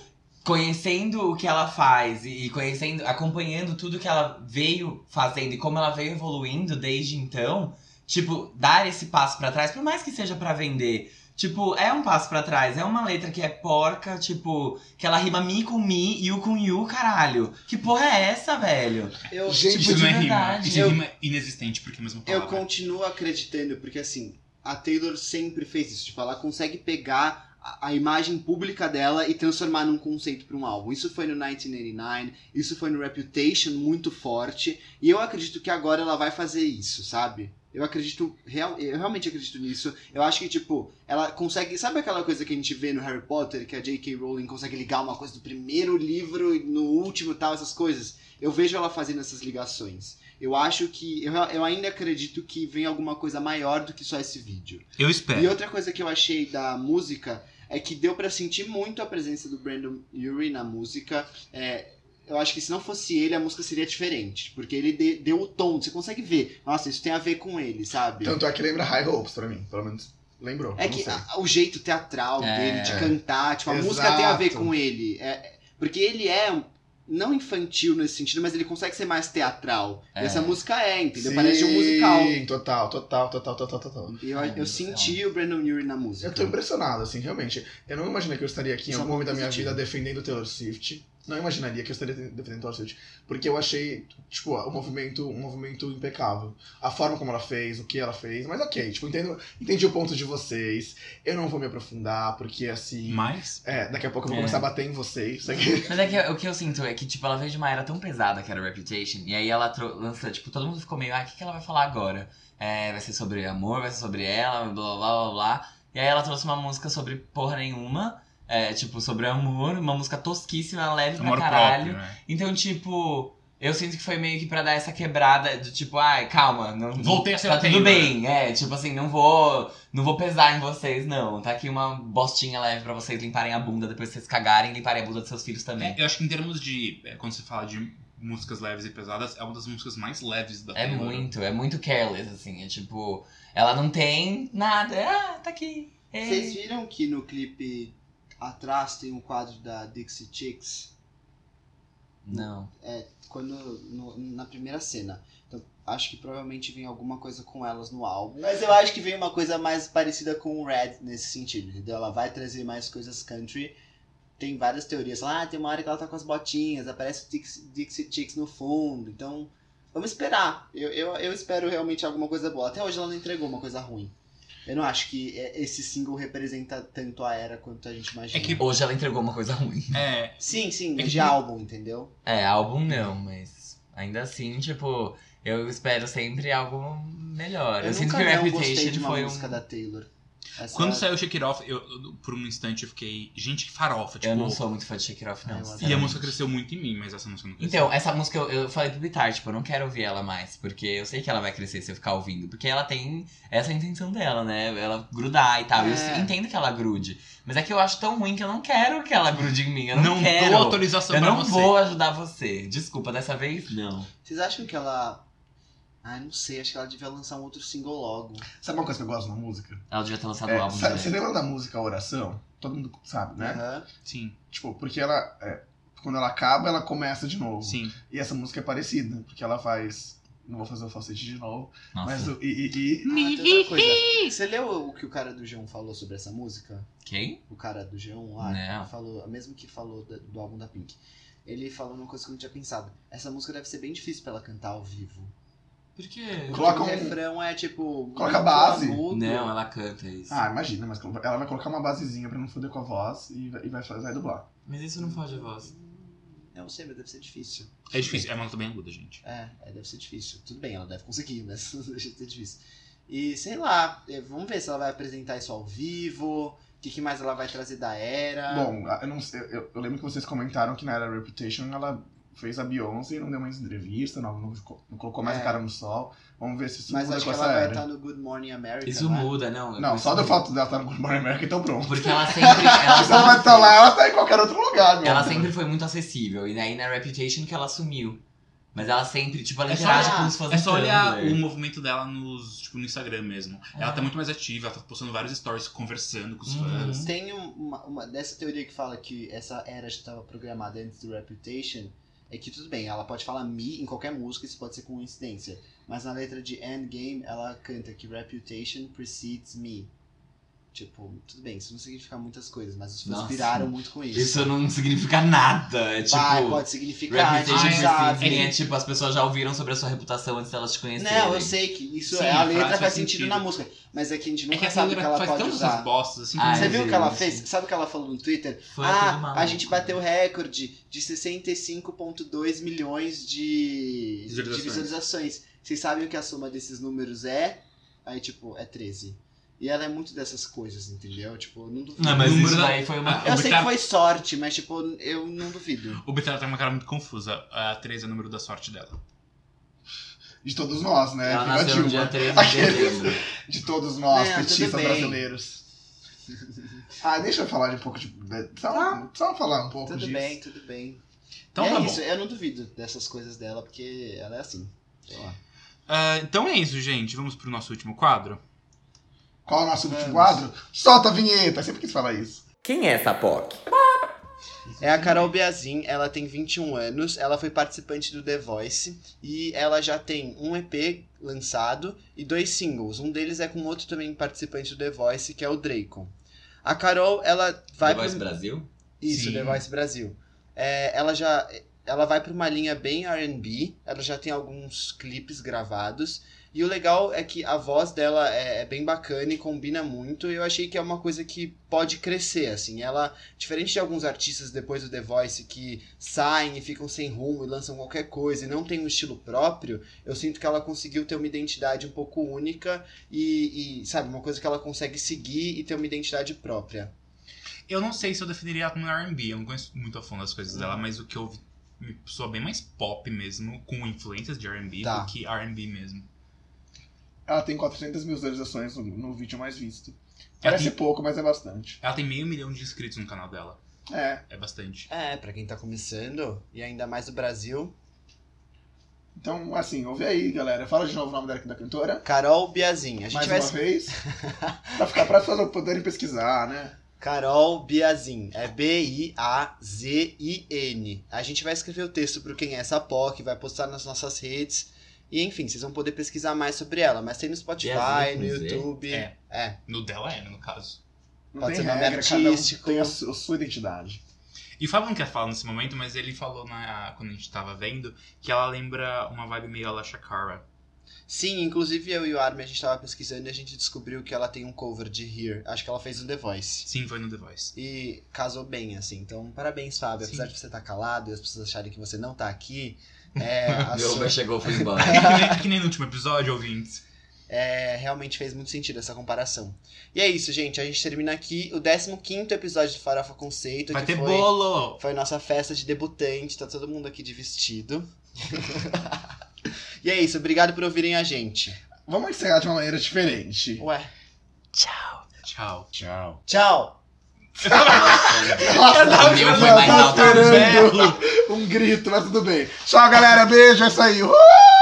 conhecendo o que ela faz e e conhecendo, acompanhando tudo que ela veio fazendo e como ela veio evoluindo desde então, tipo, dar esse passo pra trás, por mais que seja pra vender. Tipo, é um passo pra trás, é uma letra que é porca, tipo, que ela rima mi com mi e o com you, caralho. Que porra é essa, velho? Eu, Gente, isso de não é rima. verdade, Isso é eu- rima inexistente, porque é a mesma eu palavra. continuo acreditando, porque assim, a Taylor sempre fez isso. Tipo, ela consegue pegar a, a imagem pública dela e transformar num conceito pra um álbum. Isso foi no 1989, isso foi no Reputation, muito forte. E eu acredito que agora ela vai fazer isso, sabe? Eu acredito, real, eu realmente acredito nisso. Eu acho que, tipo, ela consegue. Sabe aquela coisa que a gente vê no Harry Potter, que a J.K. Rowling consegue ligar uma coisa do primeiro livro e no último e tal, essas coisas? Eu vejo ela fazendo essas ligações. Eu acho que. Eu, eu ainda acredito que vem alguma coisa maior do que só esse vídeo. Eu E É. espero. outra coisa que eu achei da música é que deu pra sentir muito a presença do Brandon Urie na música. É, eu acho que se não fosse ele, a música seria diferente. Porque ele de- deu o tom, você consegue ver. Nossa, isso tem a ver com ele, sabe? Tanto é que lembra High Hopes pra mim, pelo menos lembrou. É eu não que sei. a- o jeito teatral É. dele de cantar, tipo, a Exato. música tem a ver com ele. É, é- porque ele é um- não infantil nesse sentido, mas ele consegue ser mais teatral. É. Essa música é, entendeu? Sim, Parece um musical. Total, total, total, total, total. E Eu, Ai, eu meu senti o Brandon Urie na música. Eu tô impressionado, assim, realmente. Eu não imaginei que eu estaria aqui em Isso é algum momento da minha positivo. vida defendendo Taylor Swift. Não imaginaria que eu estaria defendendo Taylor Swift. Porque eu achei, tipo, o movimento, um movimento impecável. A forma como ela fez, o que ela fez. Mas ok, tipo, entendo, entendi o ponto de vocês. Eu não vou me aprofundar, porque assim. Mas. É, daqui a pouco eu vou É. começar a bater em vocês. Aqui. Mas é que o que eu sinto é que, tipo, ela veio de uma era tão pesada que era Reputation. E aí ela tro- lança, tipo, todo mundo ficou meio, ah, o que, que ela vai falar agora? É, vai ser sobre amor, vai ser sobre ela, blá blá blá blá. E aí ela trouxe uma música sobre porra nenhuma. É, tipo, sobre amor, uma música tosquíssima, leve pra Amor caralho. próprio, né? Então, tipo, eu sinto que foi meio que pra dar essa quebrada do tipo, ai, calma, não. Voltei a ser Tá a tudo Taylor. bem, é, tipo assim, não vou. Não vou pesar em vocês, não. Tá aqui uma bostinha leve pra vocês limparem a bunda, depois vocês cagarem, limparem a bunda dos seus filhos também. É, Eu acho que em termos de. é, Quando você fala de músicas leves e pesadas, é uma das músicas mais leves da É Taylor. muito, é muito careless, assim. É tipo, ela não tem nada. é, Ah, tá aqui. é. Vocês viram que no clipe atrás tem um quadro da Dixie Chicks? Não. Quando, no- na primeira cena. Então, acho que provavelmente vem alguma coisa com elas no álbum. Mas eu acho que vem uma coisa mais parecida com o Red nesse sentido, entendeu? Ela vai trazer mais coisas country. Tem várias teorias. lá ah, tem uma hora que ela tá com as botinhas, aparece o Dix- Dixie Chicks no fundo. Então, vamos esperar. Eu, eu, eu espero realmente alguma coisa boa. Até hoje ela não entregou uma coisa ruim. Eu não acho que é, esse single representa tanto a era quanto a gente imagina. É que- Hoje ela entregou uma coisa ruim. [laughs] É, Sim, sim, É mas que- de álbum, entendeu? É, álbum não, mas ainda assim, tipo, eu espero sempre algo melhor. Eu sinto que nunca não gostei de Reputation uma foi um. música da Taylor. Essa- Quando saiu Shake It Off, eu, eu- por um instante eu fiquei, gente, que farofa, tipo. Eu não sou muito fã de Shake It Off, não. Ah, eu sinceramente. E a música cresceu muito em mim, mas essa música não cresceu. Então, essa música eu, eu falei pro Bitar, tipo, eu não quero ouvir ela mais, porque eu sei que ela vai crescer se eu ficar ouvindo. Porque ela tem essa intenção dela, né? Ela grudar e tal. É. Eu entendo que ela grude. Mas é que eu acho tão ruim que eu não quero que ela grude em mim. Eu não, quero. dou autorização eu pra não você. vou ajudar você. Desculpa, dessa vez não. Vocês acham que ela. Ah, não sei, acho que ela devia lançar um outro single logo. né? Sabe uma coisa que eu gosto na música? Ela devia ter lançado o É, álbum sabe, você dela. lembra da música Oração? Todo mundo sabe, né? Aham. Sim, Tipo, porque ela. é, quando ela acaba, ela começa de novo. sim. E essa música é parecida, porque ela faz. Não vou fazer o falsete de novo. Nossa, Mas o. E, e- e- Ah, tem outra coisa. Você leu o que o cara do João falou sobre essa música? quem? O cara do João lá, Não. que falou, mesmo que falou da- do álbum da Pink. Ele falou uma coisa que eu não tinha pensado. Essa música deve ser bem difícil pra ela cantar ao vivo. Por quê? Porque Coloca o um- refrão é tipo. Coloca a muito base. agudo. Não, ela canta isso. Ah, imagina, mas ela vai colocar uma basezinha pra não foder com a voz e vai, e vai, fazer- vai dublar. Mas isso não foge a voz. Eu não sei, mas deve ser difícil. É difícil, é uma nota bem aguda, gente. É, é, deve ser difícil. Tudo bem, ela deve conseguir, [laughs] mas deixa de ser difícil. E sei lá, eh, vamos ver se ela vai apresentar isso ao vivo. O que, que mais ela vai trazer da era? Bom, a- eu, não sei- eu- eu lembro que vocês comentaram que na era Reputation ela fez a Beyoncé e não deu mais entrevista, não, não co- não colocou mais É. a cara no sol. Vamos ver se isso mas muda acho com que essa ela vai tá- era. estar no Good Morning America. Isso né? muda, não. Não, só do do fato dela estar no Good Morning America, então pronto. Porque ela sempre. Ela [laughs] Se ela vai estar lá, ela tá em qualquer outro lugar, meu. Ela sempre foi muito acessível. E daí na Reputation que ela sumiu. Mas ela sempre, tipo, ela É só interage olhar- com os fãs É do só olhar Tumblr. o movimento dela nos, tipo, no Instagram mesmo. Ela tá muito mais ativa, ela tá postando vários stories, conversando com os É. Uhum. fãs. Tem um- uma, uma dessa teoria que fala que essa era já estava programada antes do Reputation. É que tudo bem, ela pode falar me em qualquer música, isso pode ser coincidência. Mas na letra de Endgame, ela canta que Reputation precedes me. Tipo, tudo bem, isso não significa muitas coisas, mas os fãs Nossa. piraram muito com isso. Isso não significa nada. É tipo. Vai, pode significar, a Reputation gente Ah, precedes me sabe. é tipo, as pessoas já ouviram sobre a sua reputação antes delas te conhecerem. Não, eu sei que isso Sim, é, a faz- letra faz faz, sentido, sentido. na música, mas é que a gente É nunca que essa sabe o que galera ela faz pode tantas usar. essas bostas, assim. Ai, Você viu o que ela gente. fez? Sabe o que ela falou no Twitter? Foi tudo Ah, maluco. a gente bateu o recorde de 65,2 milhões de de Visualizações. visualizações. Vocês sabem o que a soma desses números é? Aí, tipo, é 13. E ela é muito dessas coisas, entendeu? Tipo, eu não duvido. Não, mas é Número isso da- daí foi uma. Ah, Eu sei que Obrigado. foi sorte, mas, tipo, eu não duvido. O Betela tá com uma cara muito confusa. A 13 é o número da sorte dela. De todos nós, É, né? Ela Viva nasceu no Dilma. dia 13 de Aqueles- dezembro. De todos nós, Não, tudo petistas bem. brasileiros. [laughs] Ah, deixa eu falar de um pouco de. de- Só, só falar um pouco Tudo disso. bem, tudo bem. Então E é tá isso, bom. eu não duvido dessas coisas dela, porque ela é assim. Sei lá. Ah, então é isso, gente. Vamos pro nosso último quadro. Qual é o nosso último Vamos. quadro? Solta a vinheta! Eu sempre quis falar isso. Quem é essa POC? É a Carol Biazin, ela tem 21 anos, ela foi participante do The Voice e ela já tem um EP lançado e dois singles. Um deles é com outro também participante do The Voice, que é o Draco. A Carol, ela vai The pro- Voice Brasil? isso, Sim. The Voice Brasil. É, ela já ela vai para uma linha bem R&B, ela já tem alguns clipes gravados. E o legal é que a voz dela é, é bem bacana e combina muito. E eu achei que é uma coisa que pode crescer, assim. Ela, diferente de alguns artistas depois do The Voice que saem e ficam sem rumo e lançam qualquer coisa e não tem um estilo próprio, eu sinto que ela conseguiu ter uma identidade um pouco única e, e sabe, uma coisa que ela consegue seguir e ter uma identidade própria. Eu não sei se eu definiria ela como R&B. Eu não conheço muito a fundo as coisas dela, mas o que eu ouvi me soa bem mais pop mesmo, com influências de R&B Tá. do que R&B mesmo. Ela tem 400 mil visualizações no, no vídeo mais visto. Ela Parece tem, pouco, mas é bastante. ela tem meio milhão de inscritos no canal dela. É. É bastante. É, pra quem tá começando, e ainda mais do Brasil. Então, assim, ouve aí, galera. Fala de novo o nome dela, da cantora. Carol Biazin. A gente Mais vai. uma vez. pra ficar pra pessoas poderem pesquisar, né? Carol Biazin. É B-I-A-Z-I-N. A gente vai escrever o texto pro quem é essa POC, vai postar nas nossas redes. E enfim, vocês vão poder pesquisar mais sobre ela. Mas tem no Spotify, Biazin, no com Z? YouTube. É. É. No dela é, né, no caso. Não Pode tem ser nome regra, cada um artístico. tem a su- a sua identidade. E o Fábio não quer falar nesse momento, mas ele falou na, quando a gente tava vendo que ela lembra uma vibe meio Ala Shakara. Sim, inclusive eu e o Armin a gente tava pesquisando e a gente descobriu que ela tem um cover de Here. Acho que ela fez um The Voice. Sim, foi no The Voice. [laughs] E casou bem, assim. Então, parabéns, Fábio. Sim. Apesar de você estar calado e as pessoas acharem que você [laughs] não tá aqui, é, a Meu sua- Uber chegou, foi embora. É que nem, é que nem no último episódio, ouvintes. é, realmente fez muito sentido essa comparação. E é isso, gente. A gente termina aqui o 15 episódio do Farofa Conceito. Vai que ter foi, bolo! Foi nossa festa de debutante. Tá todo mundo aqui de [laughs] vestido. [laughs] e é isso. Obrigado por ouvirem a gente. Vamos encerrar de uma maneira diferente. Ué. Tchau. Tchau. Tchau! Nossa, tava [laughs] eu esperando. tava esperando um grito, mas tudo bem. Tchau, galera. Beijo, é isso aí. Uhul!